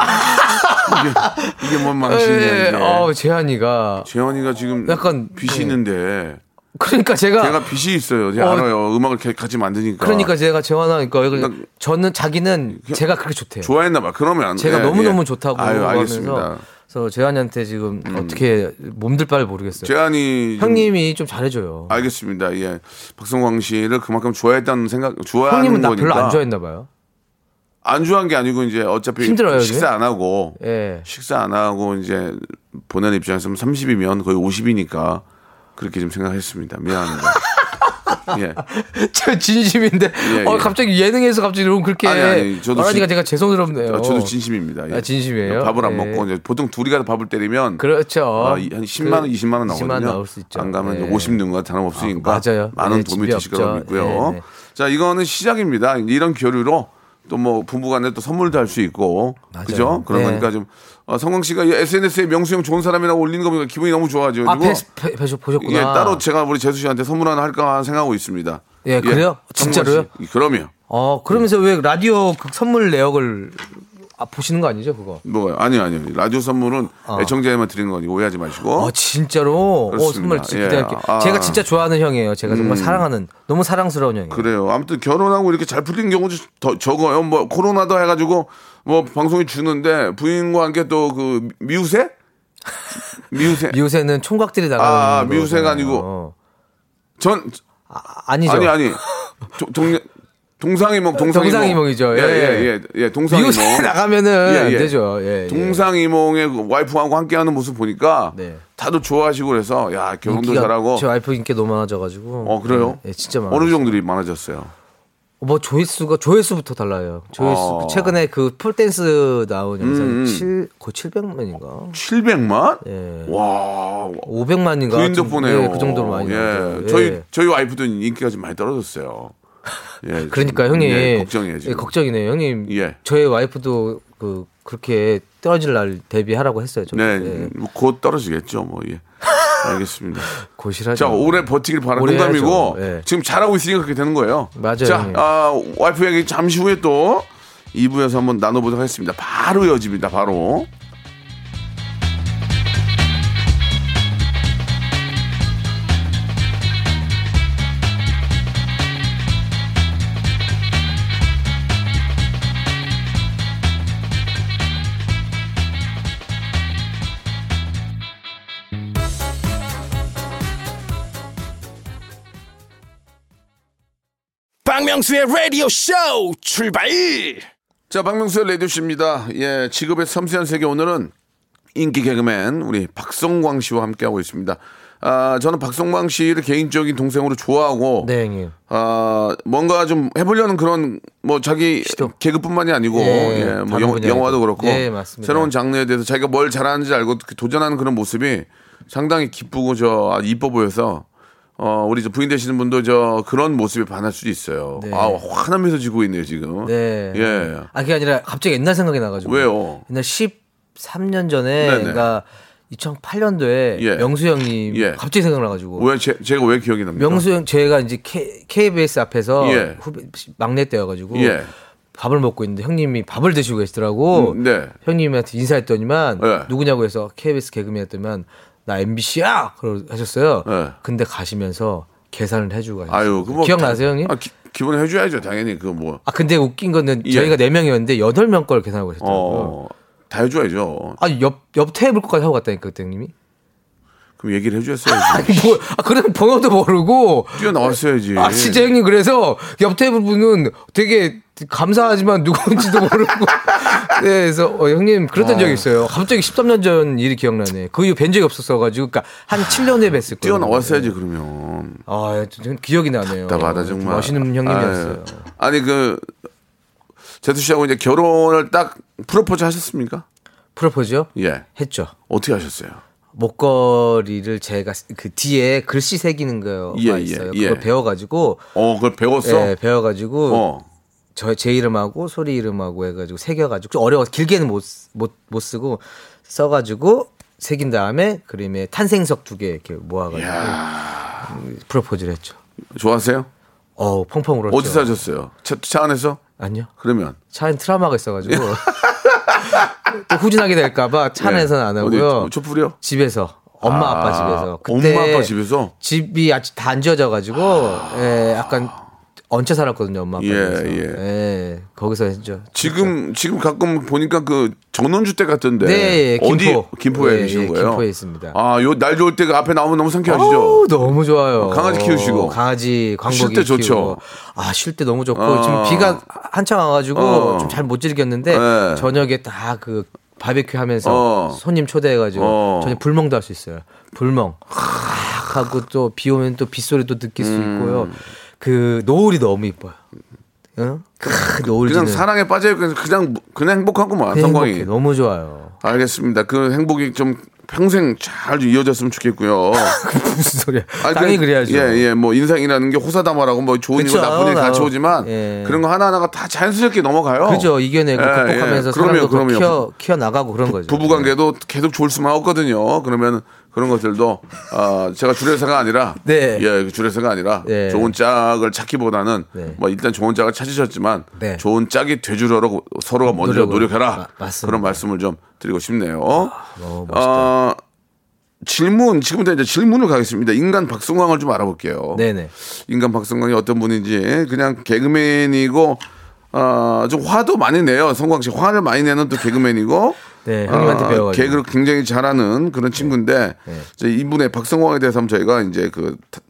S3: 이게, 이게 뭔
S8: 예,
S3: 망신이야, 이게.
S8: 어, 재환이가
S3: 재환이가 지금
S8: 약간,
S3: 빚이
S8: 예.
S3: 있는데.
S8: 그러니까 제가
S3: 제가 빚이 있어요. 제가
S8: 어.
S3: 알아요. 음악을 개- 같이 만드니까.
S8: 그러니까 제가 재환하니까
S3: 나-
S8: 저는 자기는 제가 그렇게 좋대요.
S3: 좋아했나 봐. 그러면 안 돼.
S8: 네. 제가 너무너무
S3: 예.
S8: 좋다고
S3: 아유,
S8: 하면서
S3: 알겠습니다. 음.
S8: 그래서 재환이한테 지금 어떻게 몸둘 바를 모르겠어요.
S3: 재환이 좀-
S8: 형님이 좀 잘해줘요.
S3: 알겠습니다. 예. 박성광 씨를 그만큼 좋아했다는 생각, 좋아하는
S8: 형님은 나
S3: 거니까.
S8: 별로 안 좋아했나 봐요.
S3: 안 좋아한 게 아니고 이제 어차피
S8: 힘들어요, 요즘?
S3: 식사 안 하고
S8: 예.
S3: 식사 안 하고 이제 보내는 입장에서는 30이면 거의 50이니까 그렇게 좀 생각했습니다. 미안합니다. 예.
S8: 저 진심인데
S3: 예,
S8: 어
S3: 예.
S8: 갑자기 예능에서 갑자기 너무 그렇게
S3: 아니, 아니, 저도
S8: 말하니까
S3: 진-
S8: 제가 죄송스럽네요.
S3: 어, 저도 진심입니다. 예.
S8: 아, 진심이에요?
S3: 밥을 안
S8: 예.
S3: 먹고 이제 보통 둘이 가서 밥을 때리면
S8: 그렇죠.
S3: 아, 이- 한 10만 원,
S8: 그
S3: 20만 원
S8: 20만
S3: 나오거든요.
S8: 원 나올 수 있죠.
S3: 안 가면
S8: 예.
S3: 50 넣는 거 다름 없으니까
S8: 아, 맞아요.
S3: 많은
S8: 예,
S3: 도움이
S8: 집이
S3: 되실 거라고
S8: 없죠.
S3: 믿고요.
S8: 예, 네.
S3: 자, 이거는 시작입니다. 이런 교류로 또 뭐 부부간에 또 선물도 할 수 있고
S8: 맞아요.
S3: 그죠? 그런
S8: 네.
S3: 거니까 좀 어, 성광 씨가 SNS에 명수 형 좋은 사람이라고 올리는 거 보니까 기분이 너무 좋아지고
S8: 아, 배, 배, 배, 보셨구나.
S3: 예, 따로 제가 우리 재수 씨한테 선물 하나 할까 생각하고 있습니다.
S8: 예, 그래요?
S3: 성광
S8: 진짜로요?
S3: 씨. 그럼요.
S8: 어, 그러면서 왜 라디오 그 선물 내역을 아, 보시는 거 아니죠, 그거?
S3: 뭐 아니요, 아니요. 라디오 선물은 애청자에만 드리는 거니까 오해하지 마시고.
S8: 어, 진짜로? 어,
S3: 그렇습니다.
S8: 선물 진짜
S3: 예.
S8: 기대할게요.
S3: 아. 음.
S8: 제가 진짜 좋아하는 형이에요. 제가 정말 사랑하는, 너무 사랑스러운 형이에요.
S3: 그래요. 아무튼 결혼하고 이렇게 잘 풀린 경우도 더 적어요. 뭐 코로나도 해가지고 뭐 방송이 주는데 부인과 함께 또 그 미우새? 미우새.
S8: 미우새는 총각들이 나가는
S3: 아,
S8: 거잖아요.
S3: 미우새가 아니고. 전
S8: 아, 아니죠.
S3: 아니 아니 동- 동 동상이몽 동상이몽
S8: 동상이몽이죠. 예,
S3: 예예예 예, 동상이몽
S8: 미우새 나가면은
S3: 예, 예.
S8: 안 되죠. 예, 예.
S3: 동상이몽의 그 와이프하고 함께하는 모습 보니까
S8: 네.
S3: 다들 좋아하시고 그래서 야 결혼도
S8: 인기가-
S3: 잘하고
S8: 제 와이프 인기 너무 많아져가지고.
S3: 어 그래요
S8: 예, 진짜 많아.
S3: 어느 정도이 많아졌어요
S8: 뭐 조회수가 조회수부터 달라요. 조회수
S3: 아. 음,
S8: 최근에 그 폴댄스 나온 영상이 칠 거의 700만인가
S3: 700만
S8: 예.
S3: 와
S8: 500만인가
S3: 부인 그 덕분에요.
S8: 예, 그 정도로 많이
S3: 예.
S8: 나왔죠. 예.
S3: 저희 저희 와이프도 인기가 좀 많이 떨어졌어요. 예,
S8: 그러니까
S3: 좀,
S8: 형님
S3: 예, 걱정이에요, 지금.
S8: 예, 걱정이네요, 형님.
S3: 예.
S8: 저의 와이프도 그 그렇게 떨어질 날 대비하라고 했어요. 예, 저
S3: 네, 뭐곧 떨어지겠죠. 뭐 예. 알겠습니다.
S8: 고실하죠.
S3: 자, 오래 버티길 바라는
S8: 오래
S3: 농담이고
S8: 그렇죠. 해야죠. 예.
S3: 지금 잘하고 있으니까 그렇게 되는 거예요.
S8: 맞아요,
S3: 자,
S8: 형님.
S3: 아, 와이프 얘기 잠시 후에 또 2부에서 한번 나눠보도록 하겠습니다. 바로 이어집니다. 바로.
S4: 박명수의 라디오 쇼 출발
S3: 자, 박명수의 레디오씨입니다. 예, 직업의 섬세한 세계 오늘은 인기 개그맨 우리 박성광 씨와 함께하고 있습니다. 아, 저는 박성광 씨를 개인적인 동생으로 좋아하고
S8: 네, 형님.
S3: 아, 뭔가 좀 해보려는 그런 뭐 자기
S8: 시도.
S3: 개그뿐만이 아니고
S8: 예,
S3: 예, 뭐
S8: 다른
S3: 영,
S8: 분야에도.
S3: 화도 그렇고
S8: 예, 맞습니다.
S3: 새로운 장르에 대해서 자기가 뭘 잘하는지 알고 그 도전하는 그런 모습이 상당히 기쁘고 저 아, 이뻐 보여서 어, 우리 저 부인 되시는 분도 저 그런 모습에 반할 수도 있어요.
S8: 네.
S3: 아, 환하면서 지고 있네요 지금.
S8: 네.
S3: 예.
S8: 아, 그게 아니라 갑자기 옛날 생각이 나가지고.
S3: 왜요?
S8: 옛날 13년 전에,
S3: 네네.
S8: 그러니까 2008년도에
S3: 예.
S8: 명수 형님
S3: 예.
S8: 갑자기 생각나가지고.
S3: 왜 제, 제가 왜 기억이 납니까?
S8: 뭐. 명수 형, 제가 이제 K, KBS 앞에서
S3: 예.
S8: 후배, 막내 때여가지고.
S3: 예.
S8: 밥을 먹고 있는데 형님이 밥을 드시고 계시더라고.
S3: 음, 네.
S8: 형님한테 인사했더니만
S3: 예.
S8: 누구냐고 해서 KBS 개그맨 했더니만 나 MBC야! 그러 하셨어요.
S3: 예.
S8: 근데 가시면서 계산을 해주고 가셨어요.
S3: 아유, 그뭐
S8: 기억나세요, 형님?
S3: 아, 기, 기본 해줘야죠 당연히 그거 뭐.
S8: 아 근데 웃긴 거는
S3: 예.
S8: 저희가 네 명이었는데 여덟 명 걸 계산하고 계셨더라고요.
S3: 어, 다 해줘야죠.
S8: 아옆옆 테이블 거까지 하고 갔다니까 그때 형님이.
S3: 그럼 얘기를 해줘야죠.
S8: 뭐, 아 그래서 번호도 모르고.
S3: 뛰어 나왔어야지.
S8: 아 진짜 형님 그래서 옆 테이블 분은 되게 감사하지만 누군지도 모르고. 네, 그래서 어, 형님
S3: 아.
S8: 그랬던 적이 있어요. 갑자기 13년 전 일이 기억나네. 그 이후 뵌 적이 없었어가지고, 그러니까 한 7년 후에 뵀을 거예요.
S3: 뛰어 나왔어야지 그러면.
S8: 아, 저는 기억이 나네요. 어,
S3: 답답하다 정말.
S8: 멋있는 형님이었어요.
S3: 아유. 아니 그 제수 씨하고 이제 결혼을 딱 프로포즈 하셨습니까?
S8: 프로포즈요?
S3: 예.
S8: 했죠.
S3: 어떻게 하셨어요?
S8: 목걸이를 제가 그 뒤에 글씨 새기는 거가
S3: 예,
S8: 있어요.
S3: 예,
S8: 그걸
S3: 예.
S8: 배워가지고
S3: 어, 그걸 배웠어.
S8: 예, 배워가지고
S3: 어.
S8: 저 제 이름하고 소리 이름하고 해가지고 새겨가지고 좀 어려워서 길게는 못 못 못 쓰고 써가지고 새긴 다음에 그림에 탄생석 두 개 이렇게 모아가지고 음, 프로포즈를 했죠.
S3: 좋아하세요?
S8: 어 펑펑 울었죠.
S3: 어디서 하셨어요? 차, 차 안에서?
S8: 아니요.
S3: 그러면
S8: 차엔 트라우마가 있어가지고 또 후진하게 될까봐 차
S3: 예.
S8: 안에서는 안 하고요.
S3: 어디, 촛불이요?
S8: 집에서 엄마
S3: 아,
S8: 아, 빠 집에서
S3: 엄마, 아빠 집에서? 아.
S8: 집이 아직 다 안 지어져가지고 예, 약간 얹혀 살았거든요 엄마 아빠
S3: 예,
S8: 집에서
S3: 예.
S8: 예, 거기서 했죠
S3: 지금 지금 가끔 보니까 그 전원주택 같은데
S8: 그러니까. 네, 예, 김포.
S3: 어디 김포에
S8: 예,
S3: 계신
S8: 예,
S3: 거예요?
S8: 김포에 있습니다.
S3: 아, 요 날 좋을 때 그 앞에 나오면 너무
S8: 어우,
S3: 상쾌하시죠?
S8: 너무 좋아요
S3: 강아지 키우시고.
S8: 강아지 광복이
S3: 때 좋죠.
S8: 아쉴 때 너무 좋고
S3: 어.
S8: 지금 비가 한창 와가지고
S3: 어.
S8: 좀 잘 못 즐겼는데
S3: 예.
S8: 저녁에 다 그 바베큐 하면서
S3: 어.
S8: 손님 초대해가지고
S3: 어.
S8: 저녁 불멍도 할 수 있어요 불멍 악 하고 또 비 오면 또 빗소리도 느낄 수
S3: 음.
S8: 있고요 그 노을이 너무 이뻐요 응? 크, 노을
S3: 그냥
S8: 지는.
S3: 사랑에 빠져 있고 그냥 그냥 행복하구만
S8: 그냥
S3: 성광이.
S8: 행복해. 너무 좋아요.
S3: 알겠습니다. 그 행복이 좀 평생 잘 이어졌으면 좋겠고요.
S8: 무슨 소리야?
S3: 아니,
S8: 당연히
S3: 그-
S8: 그래야죠.
S3: 예, 예. 뭐 인생이라는 게 호사다마라고 뭐 좋은
S8: 그쵸,
S3: 일과 나쁜 일 같이
S8: 나오-
S3: 오지만
S8: 예.
S3: 그런 거 하나하나가 다 자연스럽게 넘어가요.
S8: 그죠 이겨내고
S3: 예,
S8: 극복하면서
S3: 예.
S8: 사람도 더
S3: 그럼요.
S8: 키워 키워 나가고 그런 거죠. 네.
S3: 부부 관계도 계속 좋을 수만 없거든요. 그러면 그런 것들도 아, 제가 주례사가 아니라
S8: 네.
S3: 예, 주례사가 아니라
S8: 네.
S3: 좋은 짝을 찾기보다는
S8: 네.
S3: 뭐 일단 좋은 짝을 찾으셨지만
S8: 네.
S3: 좋은 짝이 되주려고 서로가 먼저
S8: 노력을.
S3: 노력해라.
S8: 마- 맞습니다.
S3: 그런 말씀을 좀 드리고 싶네요.
S8: 너무 멋있다.
S3: 아, 질문 지금부터 이제 질문을 가겠습니다. 인간 박성광을 좀 알아볼게요.
S8: 네네.
S3: 인간 박성광이 어떤 분인지 그냥 개그맨이고 아, 좀 화도 많이 내요. 성광 씨 화를 많이 내는 또 개그맨이고 아,
S8: 네, 형님한테 배워가지고. 네.
S3: 개그를 굉장히 잘하는 그런 친구인데 이제 이분의 박성광에 대해서 한번 저희가 이제 그 타-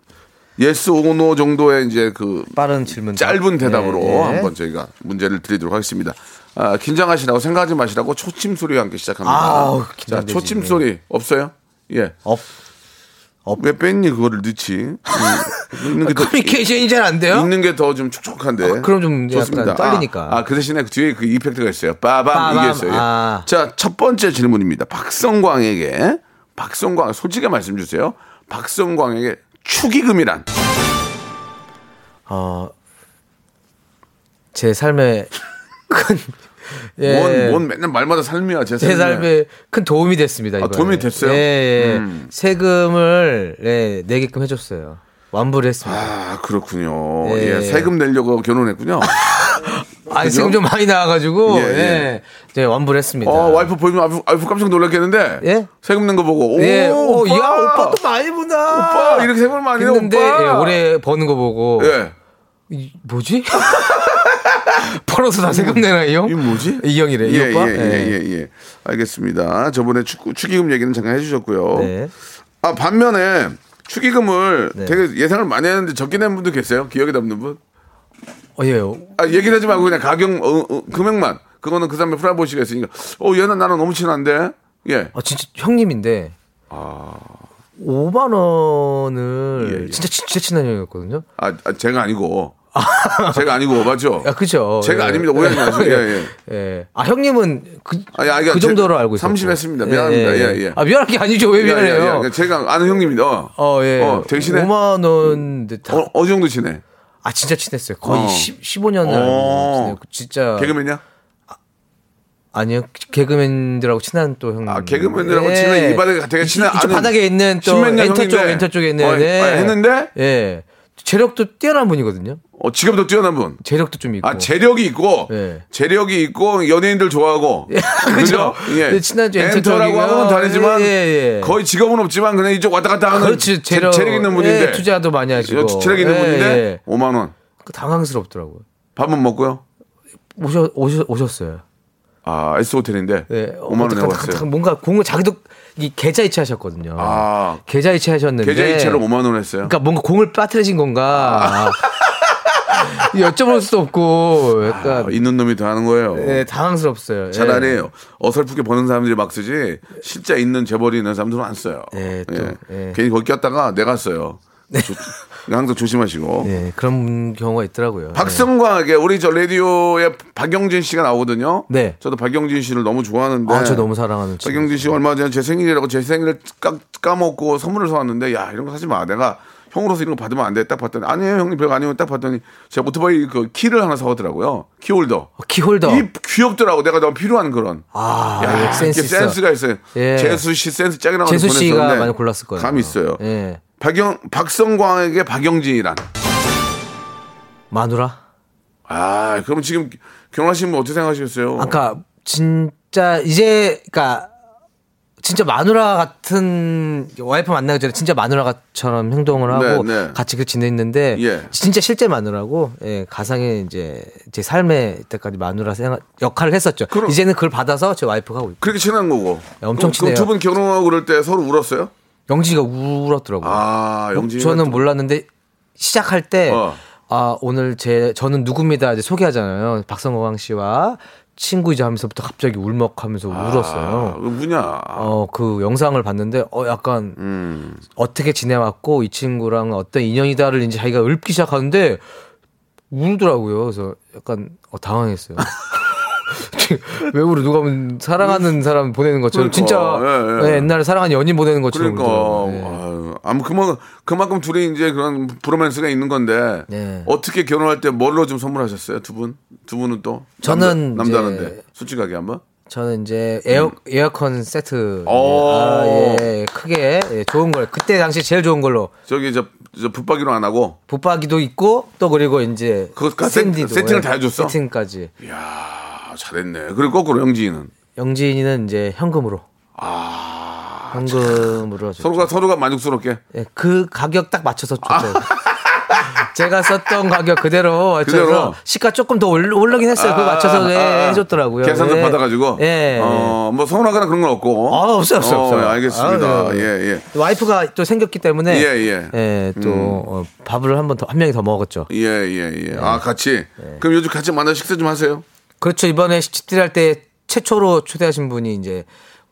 S3: 예스 오노 정도의 이제 그
S8: 빠른 질문.
S3: 짧은 대답으로
S8: 네, 네.
S3: 한번 저희가 문제를 드리도록 하겠습니다. 아, 긴장하시라고 생각하지 마시라고 초침 소리와 함께 시작합니다.
S8: 아우,
S3: 자,
S8: 긴장되지.
S3: 초침 소리 없어요? 예.
S8: 업.
S3: 왜 뺐니 그거를 넣지? 음, 있는 게 더-
S8: 커뮤니케이션이 잘 안 돼요?
S3: 있는 게 더 좀 촉촉한데.
S8: 아, 그럼 좀 약간 떨리니까.
S3: 아, 아, 그 대신에 그 뒤에 그 이펙트가 있어요. 빠밤,
S8: 빠밤,
S3: 이게 있어요. 예.
S8: 아.
S3: 자, 첫 번째 질문입니다. 박성광에게 박성광 솔직히 말씀 주세요. 박성광에게 축의금이란
S8: 어 제 삶에 큰 예,
S3: 뭔, 뭔 맨날 말마다 삶이야 제 삶이.
S8: 제 삶에 큰 도움이 됐습니다. 이번에.
S3: 도움이 됐어요?
S8: 예, 예.
S3: 음.
S8: 세금을 예, 내게끔 해줬어요. 완부를 했습니다.
S3: 아 그렇군요.
S8: 예.
S3: 예, 세금 내려고 결혼했군요.
S8: 아, 니
S3: 그죠?
S8: 세금 좀 많이 나와가지고
S3: 예,
S8: 예,
S3: 예.
S8: 네, 완부를 했습니다.
S3: 어 와이프 보면 와이프, 와이프 깜짝 놀랐겠는데.
S8: 예?
S3: 세금 낸 거 보고 오,
S8: 예, 오,
S3: 오빠!
S8: 야, 오빠 또 많이 보나.
S3: 오빠, 이렇게 세금을 많이 내
S8: 했는데
S3: 아, 오빠.
S8: 예, 올해 버는 거 보고
S3: 예.
S8: 이, 뭐지? 벌어서 다 세금 내나 이 형?
S3: 이 뭐지?
S8: 이 형이래. 이
S3: 예,
S8: 오빠?
S3: 예, 예, 예, 예. 알겠습니다. 저번에 축구, 축의금 얘기는 잠깐 해주셨고요.
S8: 네.
S3: 아, 반면에 축의금을
S8: 네.
S3: 되게 예상을 많이 했는데 적게 낸 분도 계세요? 기억에 남는 분?
S8: 어, 예.
S3: 아, 얘기를 하지 말고 그냥 가격, 어, 어, 금액만. 그거는 그 사람의 프라이버시가 있으니까. 어, 얘는 나랑 너무 친한데? 예.
S8: 아, 진짜 형님인데. 아. 5만 원을
S3: 예, 예.
S8: 진짜 친- 진짜 친한 형이었거든요.
S3: 아, 아, 제가 아니고. 제가 아니고, 맞죠?
S8: 아, 그죠.
S3: 제가
S8: 예.
S3: 아닙니다. 오해하지 마시고. 예, 예.
S8: 예. 아, 형님은 그,
S3: 아니, 아니,
S8: 그
S3: 제-
S8: 정도로 알고 있어요.
S3: 30 했습니다. 미안합니다. 예, 예.
S8: 아, 미안한 게 아니죠. 왜
S3: 야,
S8: 미안해요?
S3: 야, 야, 제가 아는 형님이다. 어,
S8: 어, 예.
S3: 되게 친해?
S8: 5만 원 다,
S3: 어, 어느 정도 친해?
S8: 아, 진짜 친했어요. 거의
S3: 어.
S8: 10, 15년을
S3: 어.
S8: 알고 있어요. 진짜
S3: 개그맨이야?
S8: 아니요 개그맨들하고 친한 또 형님. 예.
S3: 아, 개그맨들하고 친한 이 바닥에 되게 친한
S8: 이쪽
S3: 아는
S8: 바닥에 있는 또
S3: 십몇 년
S8: 엔터 쪽
S3: 형인데.
S8: 엔터 쪽에 있는
S3: 어,
S8: 네.
S3: 아, 했는데?
S8: 예 재력도 뛰어난 분이거든요.
S3: 어, 직업도 뛰어난 분.
S8: 재력도 좀 있고.
S3: 아, 재력이 있고,
S8: 예.
S3: 재력이 있고, 연예인들 좋아하고.
S8: 그죠?
S3: 예.
S8: 네, 친한 좀
S3: 엔터라고
S8: 엔터적이고요.
S3: 하고는 다르지만,
S8: 예, 예, 예.
S3: 거의 직업은 없지만, 그냥 이쪽 왔다 갔다 하는.
S8: 그렇지
S3: 재-
S8: 재력,
S3: 재력 있는 분인데.
S8: 예, 투자도 많이 하시고
S3: 여- 재력 있는
S8: 예,
S3: 분인데,
S8: 예.
S3: 5만원.
S8: 그 당황스럽더라고요.
S3: 밥은 뭐 먹고요.
S8: 오셔 오셔 오셨어요.
S3: 아, S 호텔인데.
S8: 예,
S3: 5만원
S8: 어떡하-
S3: 내고 왔어요.
S8: 뭔가 공을 자기도 이 계좌 이체하셨거든요.
S3: 아.
S8: 계좌 이체하셨는데
S3: 계좌 이체로 5만원 했어요.
S8: 그러니까 뭔가 공을 빠뜨리신 건가 여쭤볼 수도 없고 약간
S3: 아, 있는 놈이 더 하는 거예요.
S8: 네, 당황스럽어요.
S3: 차라리
S8: 예.
S3: 어설프게 버는 사람들이 막 쓰지 실제 있는 재벌이 있는 사람들은 안 써요.
S8: 예, 또, 예.
S3: 괜히 거기 꼈다가 내가 써요. 조- 항상 조심하시고.
S8: 네, 그런 경우가 있더라고요.
S3: 박성광에게 우리 저 라디오에 박영진 씨가 나오거든요.
S8: 네.
S3: 저도 박영진 씨를 너무 좋아하는데.
S8: 네. 아, 저 너무 사랑하는 친구.
S3: 박영진 씨가 얼마 전에 제 생일이라고 제 생일을 까, 까먹고 선물을 사왔는데 야 이런 거 사지 마. 내가 형으로서 이런 거 받으면 안 돼. 딱 봤더니 아니에요 형님 별거 아니에요. 딱 봤더니 제가 오토바이 그 키를 하나 사왔더라고요. 키홀더.
S8: 어, 키홀더.
S3: 이 귀엽더라고. 내가 너무 필요한 그런.
S8: 아,
S3: 야,
S8: 이거 센스
S3: 이게
S8: 있어.
S3: 센스가 있어요.
S8: 예.
S3: 재수 씨 센스 짝이라고 하는
S8: 재수 씨가
S3: 보냈었는데
S8: 많이 골랐을 거예요.
S3: 감 있어요.
S8: 예.
S3: 박영 박성광에게 박영진이란.
S8: 마누라.
S3: 아, 그럼 지금 결혼하시면 어떻게 생각하시겠어요?
S8: 아까 진짜 이제 그러니까 진짜 마누라 같은 와이프 만나기 전에 진짜 마누라처럼 행동을
S3: 네,
S8: 하고
S3: 네.
S8: 같이 그 지냈는데
S3: 예.
S8: 진짜 실제 마누라고 예, 가상의 이제 제 삶에 이때까지 마누라 생각, 역할을 했었죠.
S3: 그럼-
S8: 이제는 그걸 받아서 제 와이프가 하고 있고
S3: 그렇게 친한 거고.
S8: 엄청 친해요.
S3: 두분 결혼하고 그럴 때 서로 울었어요?
S8: 영진이가 울었더라고요. 어?
S3: 아, 영진이.
S8: 저는 몰랐는데 시작할 때
S3: 어.
S8: 아, 오늘 제 저는 누굽니다 이제 소개하잖아요. 박성광 씨와 친구이자 하면서부터 갑자기 울먹하면서
S3: 아,
S8: 울었어요.
S3: 그 뭐냐?
S8: 어, 그 영상을 봤는데 어 약간
S3: 음.
S8: 어떻게 지내왔고 이 친구랑 어떤 인연이다를 이제 자기가 읊기 시작하는데 울더라고요. 그래서 약간 어, 당황했어요. 왜 울어? 누가 하면 사랑하는 사람 보내는 것처럼
S3: 그러니까,
S8: 진짜
S3: 예, 예.
S8: 예, 옛날에 사랑하는 연인 보내는 것처럼
S3: 그러니까
S8: 울더라고요. 예.
S3: 아유, 아무 그만 그만큼 둘이 이제 그런 브로맨스가 있는 건데
S8: 네.
S3: 어떻게 결혼할 때 뭘로 좀 선물하셨어요 두 분? 두 분은 또
S8: 저는
S3: 남자,
S8: 이제-
S3: 남자는데 솔직하게 한번
S8: 저는 이제 에어, 에어컨 세트.
S3: 오.
S8: 아, 예, 크게 예, 좋은 걸. 그때 당시 제일 좋은 걸로.
S3: 저기 저, 저 붙박이로 안 하고
S8: 붙박이도 있고 또 그리고 이제 예,
S3: 그것까지 세팅- 세팅을 다 해줬어?
S8: 세팅까지.
S3: 아, 잘했네. 그리고 거꾸로 영지인은
S8: 영진이는 이제 현금으로. 현금으로 줬죠.
S3: 아, 서로가 서로가 만족스럽게
S8: 예, 그 가격 딱 맞춰서 줬죠. 제가 썼던 가격 그대로 맞춰서
S3: 아. 그대로?
S8: 시가 조금 더 올- 올라긴 했어요. 그거
S3: 아,
S8: 맞춰서 예,
S3: 아, 아.
S8: 해줬더라고요.
S3: 계산서
S8: 예.
S3: 받아가지고
S8: 예.
S3: 어뭐 서운하거나 그런 건 없고
S8: 아, 없어요, 없어요,
S3: 어,
S8: 없어요.
S3: 예, 알겠습니다.
S8: 아, 네.
S3: 예예
S8: 또 와이프가 또 생겼기 때문에
S3: 예, 예.
S8: 또 어, 밥을 한 번 더 한 명이 더 먹었죠.
S3: 예예예 아 같이
S8: 네.
S3: 그럼 요즘 같이 만나 식사 좀 하세요.
S8: 그렇죠. 이번에 집들이 할 때 최초로 초대하신 분이 이제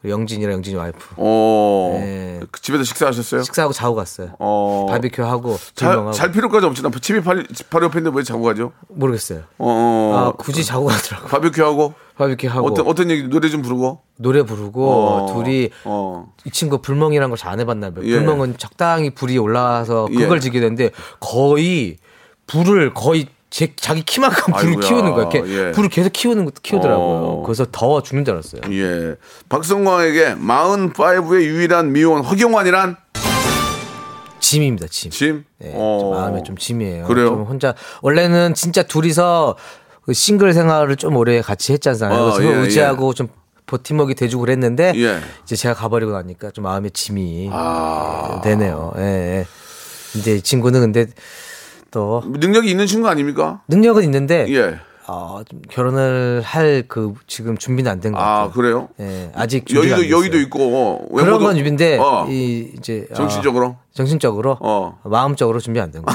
S8: 우리 영진이랑 영진이 와이프
S3: 어
S8: 예.
S3: 그 집에서 식사하셨어요?
S8: 식사하고 자고 갔어요.
S3: 어.
S8: 바비큐 하고
S3: 잘,
S8: 조명하고
S3: 잘 필요까지 없지. 나 집이 바로, 바로 옆인데 왜 자고 가죠?
S8: 모르겠어요.
S3: 어, 어.
S8: 아 굳이 자고 가더라고.
S3: 바비큐 하고
S8: 바비큐 하고
S3: 어떤 어떤 얘기 노래 좀 부르고.
S8: 노래 부르고
S3: 어,
S8: 둘이
S3: 어.
S8: 이 친구 불멍이란 걸 잘 안 해봤나 봐요.
S3: 예.
S8: 불멍은 적당히 불이 올라와서
S3: 예.
S8: 그걸 지게 되는데 거의 불을 거의 제, 자기 키만큼 불을
S3: 아이고야,
S8: 키우는 거야. 이렇게
S3: 예.
S8: 불을 계속 키우는 것 키우더라고요.
S3: 어.
S8: 그래서 더워 죽는 줄 알았어요.
S3: 예. 박성광에게 45의 유일한 미혼 허경환이란
S8: 짐입니다, 짐.
S3: 짐?
S8: 네,
S3: 어.
S8: 좀 마음에 좀 짐이에요.
S3: 그래요?
S8: 좀 혼자 원래는 진짜 둘이서 그 싱글 생활을 좀 오래 같이 했잖아요.
S3: 어,
S8: 그래서
S3: 예,
S8: 의지하고 좀 버팀목이 돼주고 그랬는데
S3: 예.
S8: 이제 제가 가버리고 나니까 좀 마음에 짐이
S3: 아.
S8: 예, 되네요. 예, 예. 이제 이 친구는 근데 또
S3: 능력이 있는 친구 아닙니까?
S8: 능력은 있는데
S3: 예.
S8: 어, 좀 결혼을 할 그 지금 준비는 안 된 것 같아요.
S3: 아, 그래요?
S8: 예, 아직 준비가 안
S3: 여의도,
S8: 됐어요.
S3: 여의도 있고, 어,
S8: 그런
S3: 외모도-
S8: 건 유비인데
S3: 어.
S8: 이 이제 아,
S3: 정신적으로?
S8: 정신적으로
S3: 어.
S8: 마음적으로 준비 안 된 거.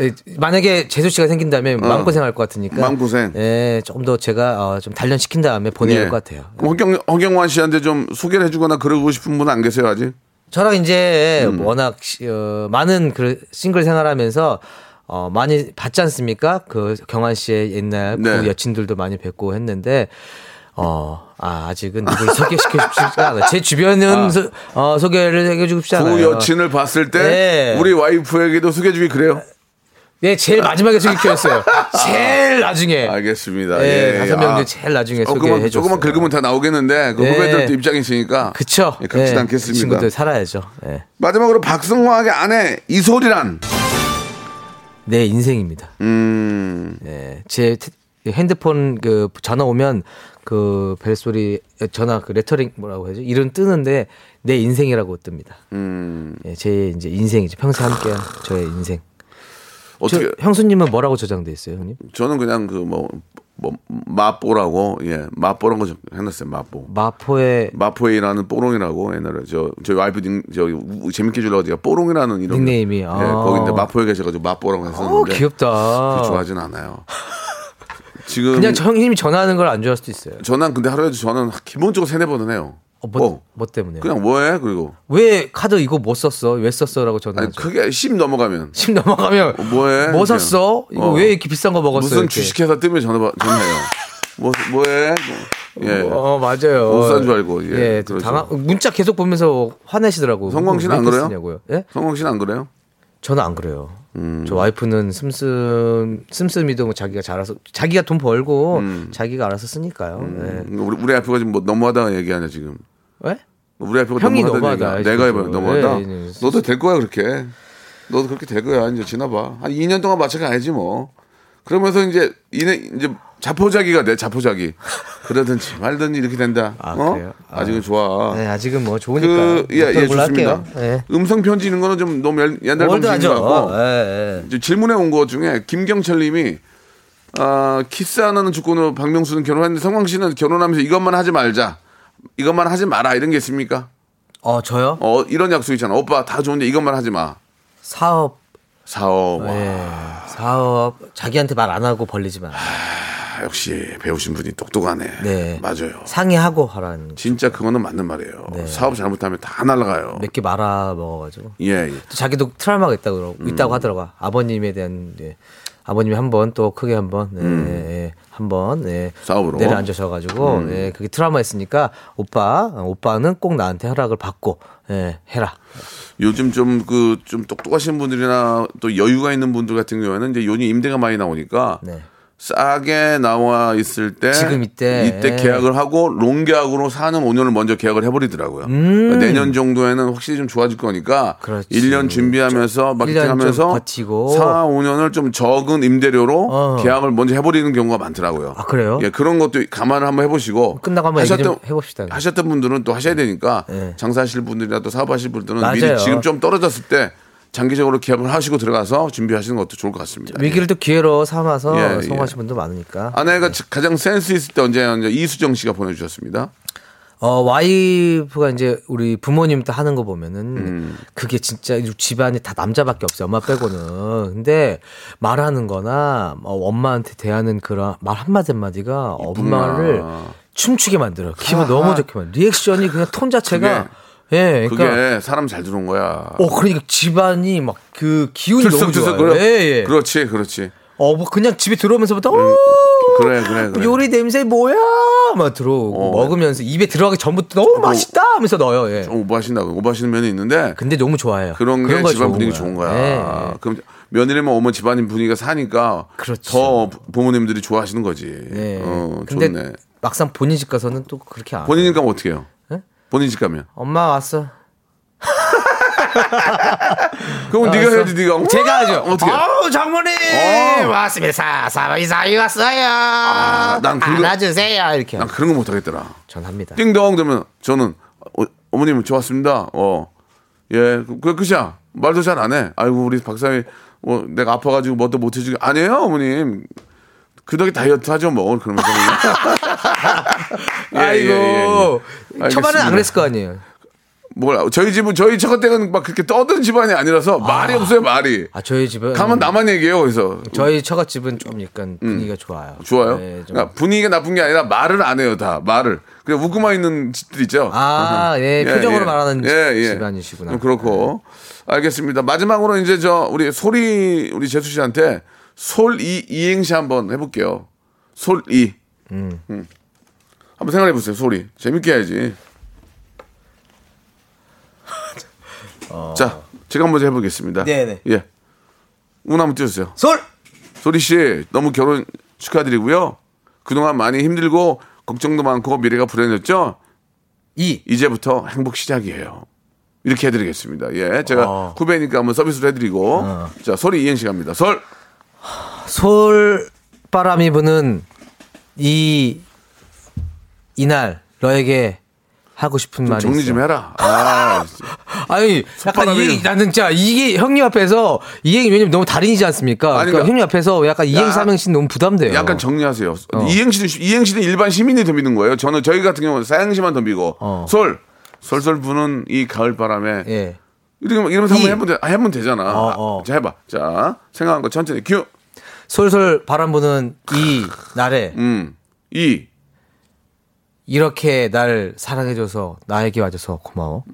S8: 예, 만약에 재수 씨가
S3: 어.
S8: 생긴다면 마음고생 할것 같으니까
S3: 마음고생.
S8: 예, 조금 더 제가 어, 좀 단련시킨 다음에 보내야 할 것 같아요. 예.
S3: 그럼 예. 허경, 허경환 씨한테 좀 소개를 해주거나 그러고 싶은 분 안 계세요, 아직?
S8: 저랑 이제
S3: 음.
S8: 워낙 시- 어, 많은 그 싱글 생활하면서 어, 많이 봤지 않습니까? 그 경환 씨의 옛날 그
S3: 네.
S8: 여친들도 많이 뵙고 했는데 어, 아, 아직은 누굴 소개시켜 주지가 않아요. 제 주변은 소, 어, 소개를 해주고싶지 않아요.
S3: 그 여친을 봤을 때
S8: 네.
S3: 우리 와이프에게도 소개해주기 그래요?
S8: 네, 제일 마지막에 소개시켰어요. 제일 나중에.
S3: 알겠습니다.
S8: 네,
S3: 예,
S8: 다섯
S3: 예.
S8: 명
S3: 아,
S8: 중 제일 나중에
S3: 조금만,
S8: 소개해 줬어요.
S3: 조금만 긁으면 다 나오겠는데 그
S8: 네.
S3: 후배들도 입장이 있으니까
S8: 그쵸?
S3: 예, 그렇진
S8: 네,
S3: 않겠습니다.
S8: 그 친구들 살아야죠. 네.
S3: 마지막으로 박성화의 아내 이소리란
S8: 내 인생입니다.
S3: 음,
S8: 예, 제 태- 핸드폰 그 전화 오면 그 벨소리 전화 그 레터링 뭐라고 해야지 이름 뜨는데 내 인생이라고 뜹니다.
S3: 음
S8: 예, 제 이제 인생이죠. 평생 함께한 저의 인생. 저,
S3: 어떻게
S8: 형수님은 뭐라고 저장돼 있어요, 형님?
S3: 저는 그냥 그 뭐 뭐, 마뽀라고 예 마뽀라는 거 적- 해놨어요 마뽀
S8: 마포의
S3: 마포에라는 뽀롱이라고 옛날에 저 저희 와이프 닉, 저기 우- 재밌게 주려고 제가 뽀롱이라는 이름
S8: 닉네임이, 아.
S3: 예, 거기인데 마포에 계셔가지고 마뽀라고 했었는데
S8: 어, 귀엽다.
S3: 네. 그렇게 좋아하진 않아요. 지금
S8: 그냥 저 형님이 전화하는 걸 안 좋아할 수도 있어요.
S3: 저는 근데 하루에도 저는 기본적으로 세네 번은 해요.
S8: 어, 뭐,
S3: 뭐,
S8: 뭐 때문에? 요
S3: 그냥 뭐해 그리고
S8: 왜 카드 이거 못 썼어? 왜 썼어라고
S3: 아니,
S8: 전화하죠.
S3: 크게 10 넘어가면
S8: 심 넘어가면
S3: 뭐해?
S8: 뭐 샀어? 이거
S3: 어.
S8: 왜 이렇게 비싼 거 먹었어?
S3: 무슨
S8: 이렇게.
S3: 주식회사 뜨면 전화 받- 전화해요. 뭐 뭐해? 뭐, 예.
S8: 어 맞아요.
S3: 못산줄 알고, 예,
S8: 또
S3: 그렇죠.
S8: 당황- 문자 계속 보면서 화내시더라고.
S3: 성광 씨는
S8: 왜
S3: 안
S8: 이렇게
S3: 그래요?
S8: 쓰냐고요. 예?
S3: 성광 씨는 안 그래요?
S8: 저는 안 그래요.
S3: 음.
S8: 저 와이프는 씀씀 씀씀이도 뭐 자기가 잘아서 자기가 돈 벌고
S3: 음.
S8: 자기가 알아서 쓰니까요.
S3: 우리 우리 아프가 지금 뭐 너무하다 얘기하냐 지금.
S8: 예. 왜?
S3: 우리 아프가
S8: 형이
S3: 너무하다.
S8: 너무하다,
S3: 얘기야. 내가 해봐
S8: 지금.
S3: 너무하다.
S8: 예, 예, 예.
S3: 너도 될 거야 그렇게. 너도 그렇게 될 거야 이제 지나봐. 한 2년 동안 마찬가지 뭐. 그러면서 이제 이내 이제 자포자기가 돼 자포자기. 그러든지 말든지 이렇게 된다.
S8: 아,
S3: 어?
S8: 그래요? 아.
S3: 아직은 좋아.
S8: 네, 아직은 뭐 좋으니까.
S3: 그, 예, 예,
S8: 어떤 걸로
S3: 좋습니다.
S8: 할게요. 예.
S3: 음성 편지 있는 거는 좀 너무 옛- 옛날 방식인 것
S8: 월드하죠.
S3: 같고.
S8: 예, 예.
S3: 이제 질문에 온 거 중에 김경철 님이 아, 키스 안 하는 조건으로 박명수는 결혼했는데 성광 씨는 결혼하면서 이것만 하지 말자. 이것만 하지 마라 이런 게 있습니까?
S8: 어 저요?
S3: 어, 이런 약속 있잖아. 오빠 다 좋은데 이것만 하지 마.
S8: 사업.
S3: 사업. 와,
S8: 예. 사업 자기한테 말 안 하고 벌리지 마.
S3: 역시 배우신 분이 똑똑하네.
S8: 네.
S3: 맞아요.
S8: 상의하고 하라는
S3: 진짜 그거는 맞는 말이에요. 사업 잘못하면 다 날아가요.
S8: 몇 개 말아 먹어가지고
S3: 예, 예.
S8: 또 자기도 트라우마가 있다고 그러고
S3: 음.
S8: 있다고 하더라고 아버님에 대한 예. 아버님이 한번 또 크게 한번 예, 예, 한번 예,
S3: 음. 싸움으로.
S8: 내려앉으셔가지고
S3: 음.
S8: 예, 그게 트라우마 있으니까 오빠 어, 오빠는 꼭 나한테 허락을 받고 예, 해라
S3: 요즘 좀 그 좀 똑똑하신 분들이나 또 여유가 있는 분들 같은 경우에는 이제 요즘 임대가 많이 나오니까
S8: 네.
S3: 싸게 나와 있을 때
S8: 지금 이때.
S3: 이때
S8: 예.
S3: 계약을 하고 롱계약으로 사는 5년을 먼저 계약을 해버리더라고요. 그러니까 내년 정도에는 확실히 좀 좋아질 거니까
S8: 음. 그렇지.
S3: 1년 준비하면서 마케팅하면서
S8: 좀 버티고.
S3: 4, 5년을 좀 적은 임대료로
S8: 어.
S3: 계약을 먼저 해버리는 경우가 많더라고요.
S8: 아, 그래요?
S3: 예 그런 것도 감안을 한번 해보시고
S8: 끝나고 한번 얘기 좀 해봅시다.
S3: 하셨던 분들은 또 하셔야 되니까
S8: 예.
S3: 장사하실 분들이나 또 사업하실 분들은 미리
S8: 맞아요.
S3: 지금 좀 떨어졌을 때 장기적으로 기합을 하시고 들어가서 준비하시는 것도 좋을 것 같습니다.
S8: 위기를 또 기회로 삼아서
S3: 예, 예.
S8: 성공하신 분도 많으니까
S3: 아내가 가장 센스 있을 때 언제였냐 이수정 씨가 보내주셨습니다.
S8: 어, 와이프가 이제 우리 부모님 도 하는 거 보면은
S3: 음.
S8: 그게 진짜 이 집안이 다 남자밖에 없어요. 엄마 빼고는. 근데 말하는 거나 어, 엄마한테 대하는 그런 말 한마디 한마디가 엄마를 춤추게 만들어요. 기분 너무 좋게 만들어요. 리액션이 그냥 톤 자체가 예,
S3: 그게
S8: 그러니까
S3: 사람 잘 들어온 거야.
S8: 어, 그러니까 집안이 막 그 기운이 너무
S3: 들썩들썩 그렇죠.
S8: 좋아요.
S3: 그래.
S8: 예, 예.
S3: 그렇지, 그렇지.
S8: 어, 뭐 그냥 집에 들어오면서부터 오!
S3: 음, 그래, 그래, 그래.
S8: 요리 냄새 뭐야? 막 들어오고
S3: 어.
S8: 먹으면서 입에 들어가기 전부터 너무 맛있다 하면서 넣어요. 예.
S3: 좀 오버하신다고 오버하시는 면이 있는데
S8: 근데 너무 좋아해요.
S3: 그런 게
S8: 그, 거
S3: 집안 분위기 좋은 거야.
S8: 예, 예.
S3: 그럼 며느리만 오면 집안인 분위기가 사니까
S8: 그렇죠.
S3: 더 부모님들이 좋아하시는 거지.
S8: 네.
S3: 어,
S8: 근데
S3: 좋네.
S8: 막상 본인 집 가서는 또 그렇게 안.
S3: 본인 집 가면 어떻게 해요?
S8: 네?
S3: 본인 집 가면.
S8: 엄마 왔어.
S3: 그럼 네가
S8: 아, 알았어.
S3: 해야지 네가.
S8: 제가 하죠. 아.
S3: 어떻게? 해요?
S8: 어우, 장모님!
S3: 어.
S8: 왔습니다. 사사이 사이 왔어요.
S3: 아, 난 그거-
S8: 안아주세요. 이렇게.
S3: 난 그런 거 못 하겠더라.
S8: 전 합니다.
S3: 띵동 되면 저는 어, 어머님 좋았습니다. 어. 예, 그- 그 끝이야. 말도 잘 안 해. 아이고 우리 박사님 뭐 내가 아파가지고 뭣도 못 해주기 아니에요 어머님. 그 덕에 다이어트 하죠 뭐 그러면서 예, 예,
S8: 아이고.
S3: 예, 예.
S8: 초반엔
S3: 알겠습니다.
S8: 안 그랬을 거 아니에요.
S3: 뭘 저희 집은 저희 처가댁은 막 그렇게 떠드는 집안이 아니라서 말이 없어요 말이.
S8: 아, 저희 집은.
S3: 가면 나만 얘기해요 그래서
S8: 저희 처갓집은 좀 약간 분위기가 좋아요.
S3: 음. 좋아요.
S8: 네, 좀.
S3: 그러니까 분위기가 나쁜 게 아니라 말을 안 해요 다 말을. 그냥 웃고만 있는 집들 있죠.
S8: 아, 예, 표정으로 말하는 집안이시구나. 네.
S3: 음, 그렇고 알겠습니다. 마지막으로 이제 저 우리 소리 우리 재수 씨한테 솔이 이행시 한번 해볼게요. 솔이. 음. 한번 생각해 보세요. 소리 재밌게 해야지. 자, 제가 한번 해보겠습니다.
S8: 어. 네네.
S3: 예. 운 한번 띄워주세요.
S8: 솔!
S3: 소리 씨 너무 결혼 축하드리고요. 그동안 많이 힘들고 걱정도 많고 미래가 불안했죠.
S8: 이.
S3: 이제부터 행복 시작이에요. 이렇게 해드리겠습니다. 예, 제가
S8: 어.
S3: 후배니까 한번 서비스로 해드리고 자 소리 이행시 갑니다. 설
S8: 솔 바람이 부는 이 이날 너에게 하고 싶은 말이
S3: 정리 좀
S8: 있어.
S3: 해라. 아, 진짜.
S8: 아니 약간
S3: 손바닥이-
S8: 이행 나는 진짜 이게 형님 앞에서 이행이 왜냐면 너무 달인이지 않습니까?
S3: 아니,
S8: 그러니까
S3: 그러니까-
S8: 형님 앞에서 약간 이행
S3: 야-
S8: 삼행시 너무 부담돼요.
S3: 약간 정리하세요.
S8: 어.
S3: 이행시는 쉬- 이행시는 일반 시민이 덤비는 거예요. 저는 저희 같은 경우는 사행시만 덤비고
S8: 어.
S3: 솔 솔솔 부는 이 가을 바람에
S8: 예.
S3: 이렇게 이러면서 한번
S8: 이.
S3: 해보면, 되, 아, 해보면 되잖아.
S8: 어, 어.
S3: 자 해봐. 자 생각한 거 천천히 큐.
S8: 솔솔 바람 부는 이 날에
S3: 음. 이.
S8: 이렇게 날 사랑해줘서 나에게 와줘서 고마워.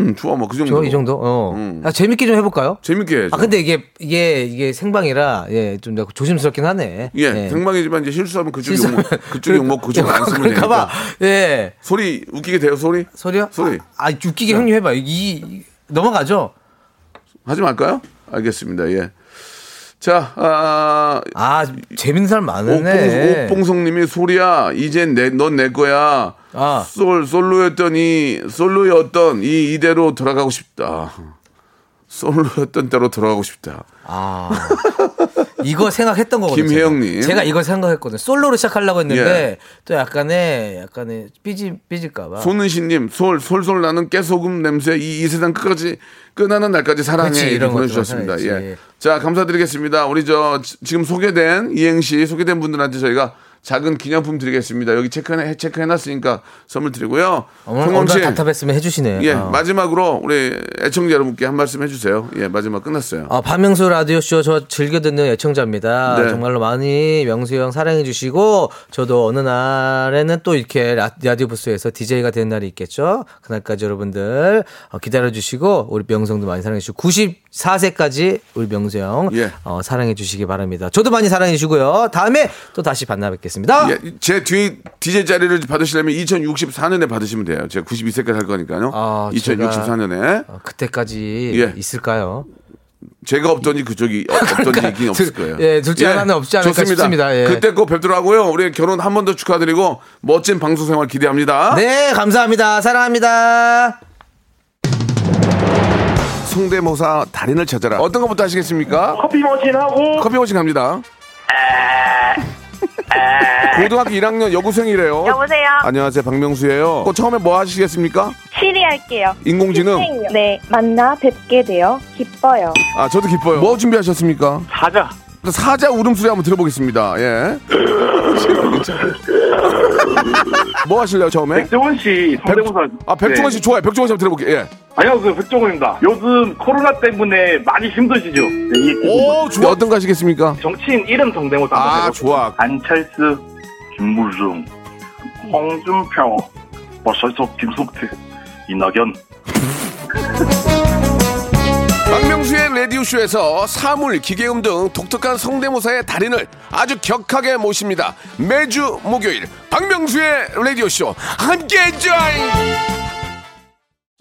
S3: 음, 좋아, 뭐, 그 정도.
S8: 저 이 정도. 어.
S3: 음.
S8: 아, 재밌게 좀 해볼까요?
S3: 재밌게 해야죠.
S8: 아 근데 이게 이게 이게 생방이라 예좀 조심스럽긴 하네.
S3: 예, 생방이지만 이제 실수하면 그쪽
S8: 실수-
S3: 욕먹, 그쪽 욕먹, 그쪽 안 쓰면 되니까.
S8: 그러니까 그럴까봐 예
S3: 소리, 웃기게 돼요, 소리?
S8: 소리요?
S3: 소리.
S8: 아 웃기게 형님 해봐 이, 이 넘어가죠.
S3: 하지 말까요? 알겠습니다, 예. 자, 아,
S8: 아 재밌는 사람 많네.
S3: 옥봉, 옥봉성 님이 소리야, 이젠 내, 넌 내 거야.
S8: 아.
S3: 솔, 솔로였던 이, 솔로였던 이, 이대로 돌아가고 싶다. 솔로였던 대로 돌아가고 싶다.
S8: 아 이거 생각했던 거거든요.
S3: 김혜영님.
S8: 제가. 제가 이걸 생각했거든요. 솔로로 시작하려고 했는데
S3: 예.
S8: 또 약간의 약간의 삐지 삐질까봐.
S3: 아. 손은신님 솔 솔솔 나는 깨소금 냄새 이, 이 세상 끝까지 끝나는 날까지 사랑해
S8: 그치,
S3: 이렇게
S8: 이런 것도
S3: 보내주셨습니다.
S8: 마찬가지지.
S3: 예. 자 감사드리겠습니다. 우리 저 지- 지금 소개된 이행시 소개된 분들한테 저희가 작은 기념품 드리겠습니다. 여기 체크해 체크해놨으니까 선물 드리고요.
S8: 어머나
S3: 성광 씨,
S8: 오늘 답답했으면 해주시네.
S3: 예
S8: 아.
S3: 마지막으로 우리 애청자 여러분께 한 말씀 해주세요. 예 마지막 끝났어요.
S8: 아, 박명수 라디오 쇼 저 즐겨 듣는 애청자입니다.
S3: 네.
S8: 정말로 많이 명수 형 사랑해 주시고 저도 어느 날에는 또 이렇게 라- 라디오 부스에서 DJ가 되는 날이 있겠죠. 그날까지 여러분들 어, 기다려 주시고 우리 명성도 많이 사랑해 주시고 94세까지 우리 명수 형
S3: 예.
S8: 어, 사랑해 주시기 바랍니다. 저도 많이 사랑해 주시고요. 다음에 또 다시 만나뵙겠습니다.
S3: 예, 제 뒤에 DJ 자리를 받으시려면 2064년에 받으시면 돼요. 제가 92세까지 할 거니까요.
S8: 아, 제가-
S3: 2064년에
S8: 어, 그때까지
S3: 예.
S8: 있을까요?
S3: 제가 없던지 그쪽이 어, 없- 없던지 얘기는 없을
S8: 둘-
S3: 거예요.
S8: 예, 둘째 하나는 없지 않을까 싶습니다. 예.
S3: 그때 꼭 뵙도록 하고요. 우리 결혼 한 번 더 축하드리고 멋진 방송 생활 기대합니다.
S8: 네, 감사합니다. 사랑합니다.
S3: 성대모사 달인을 찾아라. 어떤 것부터 하시겠습니까?
S5: 커피 머신하고
S3: 커피 오신 갑니다. 고등학교 1학년 여고생이래요.
S6: 여보세요.
S3: 안녕하세요, 박명수예요. 어, 처음에 뭐 하시겠습니까?
S6: 시리 할게요.
S3: 인공지능.
S6: 네, 만나 뵙게 되어 기뻐요.
S3: 아, 저도 기뻐요. 뭐 준비하셨습니까?
S5: 사자.
S3: 사자 울음소리 한번 들어보겠습니다. 예. 뭐 하실래요, 처음에?
S5: 백종원 씨 성대모사.
S3: 아 백종원 씨
S5: 네.
S3: 좋아요. 백종원 씨 한번 들어볼게요. 예.
S5: 안녕하세요 그 백종원입니다. 요즘 코로나 때문에 많이 힘드시죠? 네, 이
S3: 오 좋아. 어떤 거 하시겠습니까?
S5: 정치인 이름 성대모사 한번
S3: 아
S5: 해볼게요.
S3: 좋아.
S5: 안철수, 김무중, 홍준표, 뭐 버설석, 김성태, 이낙연.
S3: 박명수의 라디오 쇼에서 사물, 기계음 등 독특한 성대모사의 달인을 아주 격하게 모십니다. 매주 목요일 박명수의 라디오 쇼 함께 join.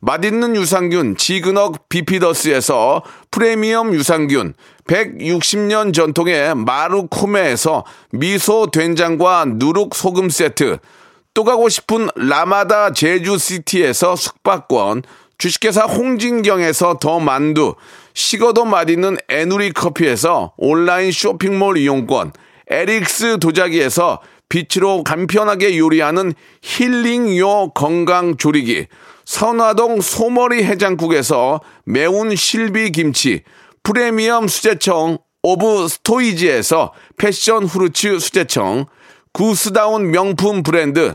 S3: 맛있는 유산균 지그넉 비피더스에서 프리미엄 유산균, 160년 전통의 마루코메에서 미소 된장과 누룩 소금 세트, 또 가고 싶은 라마다 제주시티에서 숙박권, 주식회사 홍진경에서 더 만두, 식어도 맛있는 에누리 커피에서 온라인 쇼핑몰 이용권, 에릭스 도자기에서 빛으로 간편하게 요리하는 힐링요 건강조리기, 선화동 소머리 해장국에서 매운 실비김치, 프리미엄 수제청 오브 스토이지에서 패션 후르츠 수제청, 구스다운 명품 브랜드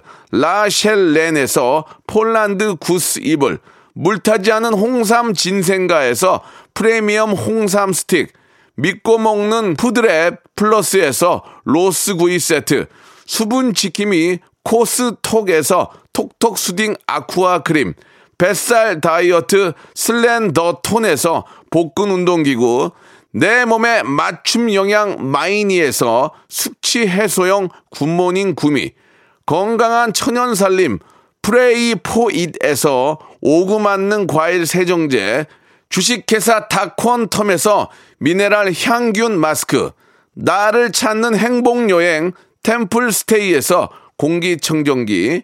S3: 라셸렌에서 폴란드 구스 이불, 물타지 않은 홍삼 진생가에서 프리미엄 홍삼 스틱, 믿고 먹는 푸드랩 플러스에서 로스구이 세트, 수분 지킴이 코스톡에서 톡톡 수딩 아쿠아 크림, 뱃살 다이어트 슬렌더 톤에서 복근 운동기구, 내 몸에 맞춤 영양 마이니에서 숙취 해소용 굿모닝 구미, 건강한 천연 살림 프레이 포잇에서 오구 맞는 과일 세정제, 주식회사 다콘텀에서 미네랄 향균 마스크, 나를 찾는 행복여행 템플스테이에서 공기청정기,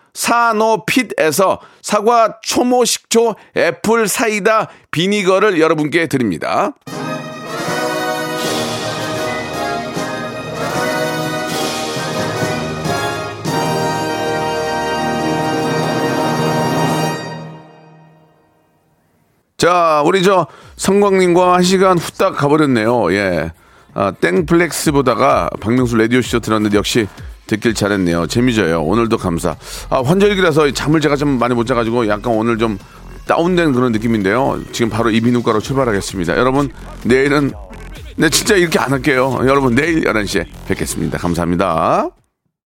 S3: 사노핏에서 사과 초모 식초 애플 사이다 비니거를 여러분께 드립니다. 자, 우리 저 성광님과 한 시간 후딱 가버렸네요. 예. 아, 땡플렉스 보다가 박명수 라디오쇼 들었는데 역시 듣길 잘했네요. 재미져요. 오늘도 감사. 아, 환절기라서 잠을 제가 좀 많이 못 자가지고 약간 오늘 좀 다운된 그런 느낌인데요. 지금 바로 이비인후과로 출발하겠습니다. 여러분, 내일은, 네, 진짜 이렇게 안 할게요. 여러분, 내일 11시에 뵙겠습니다. 감사합니다.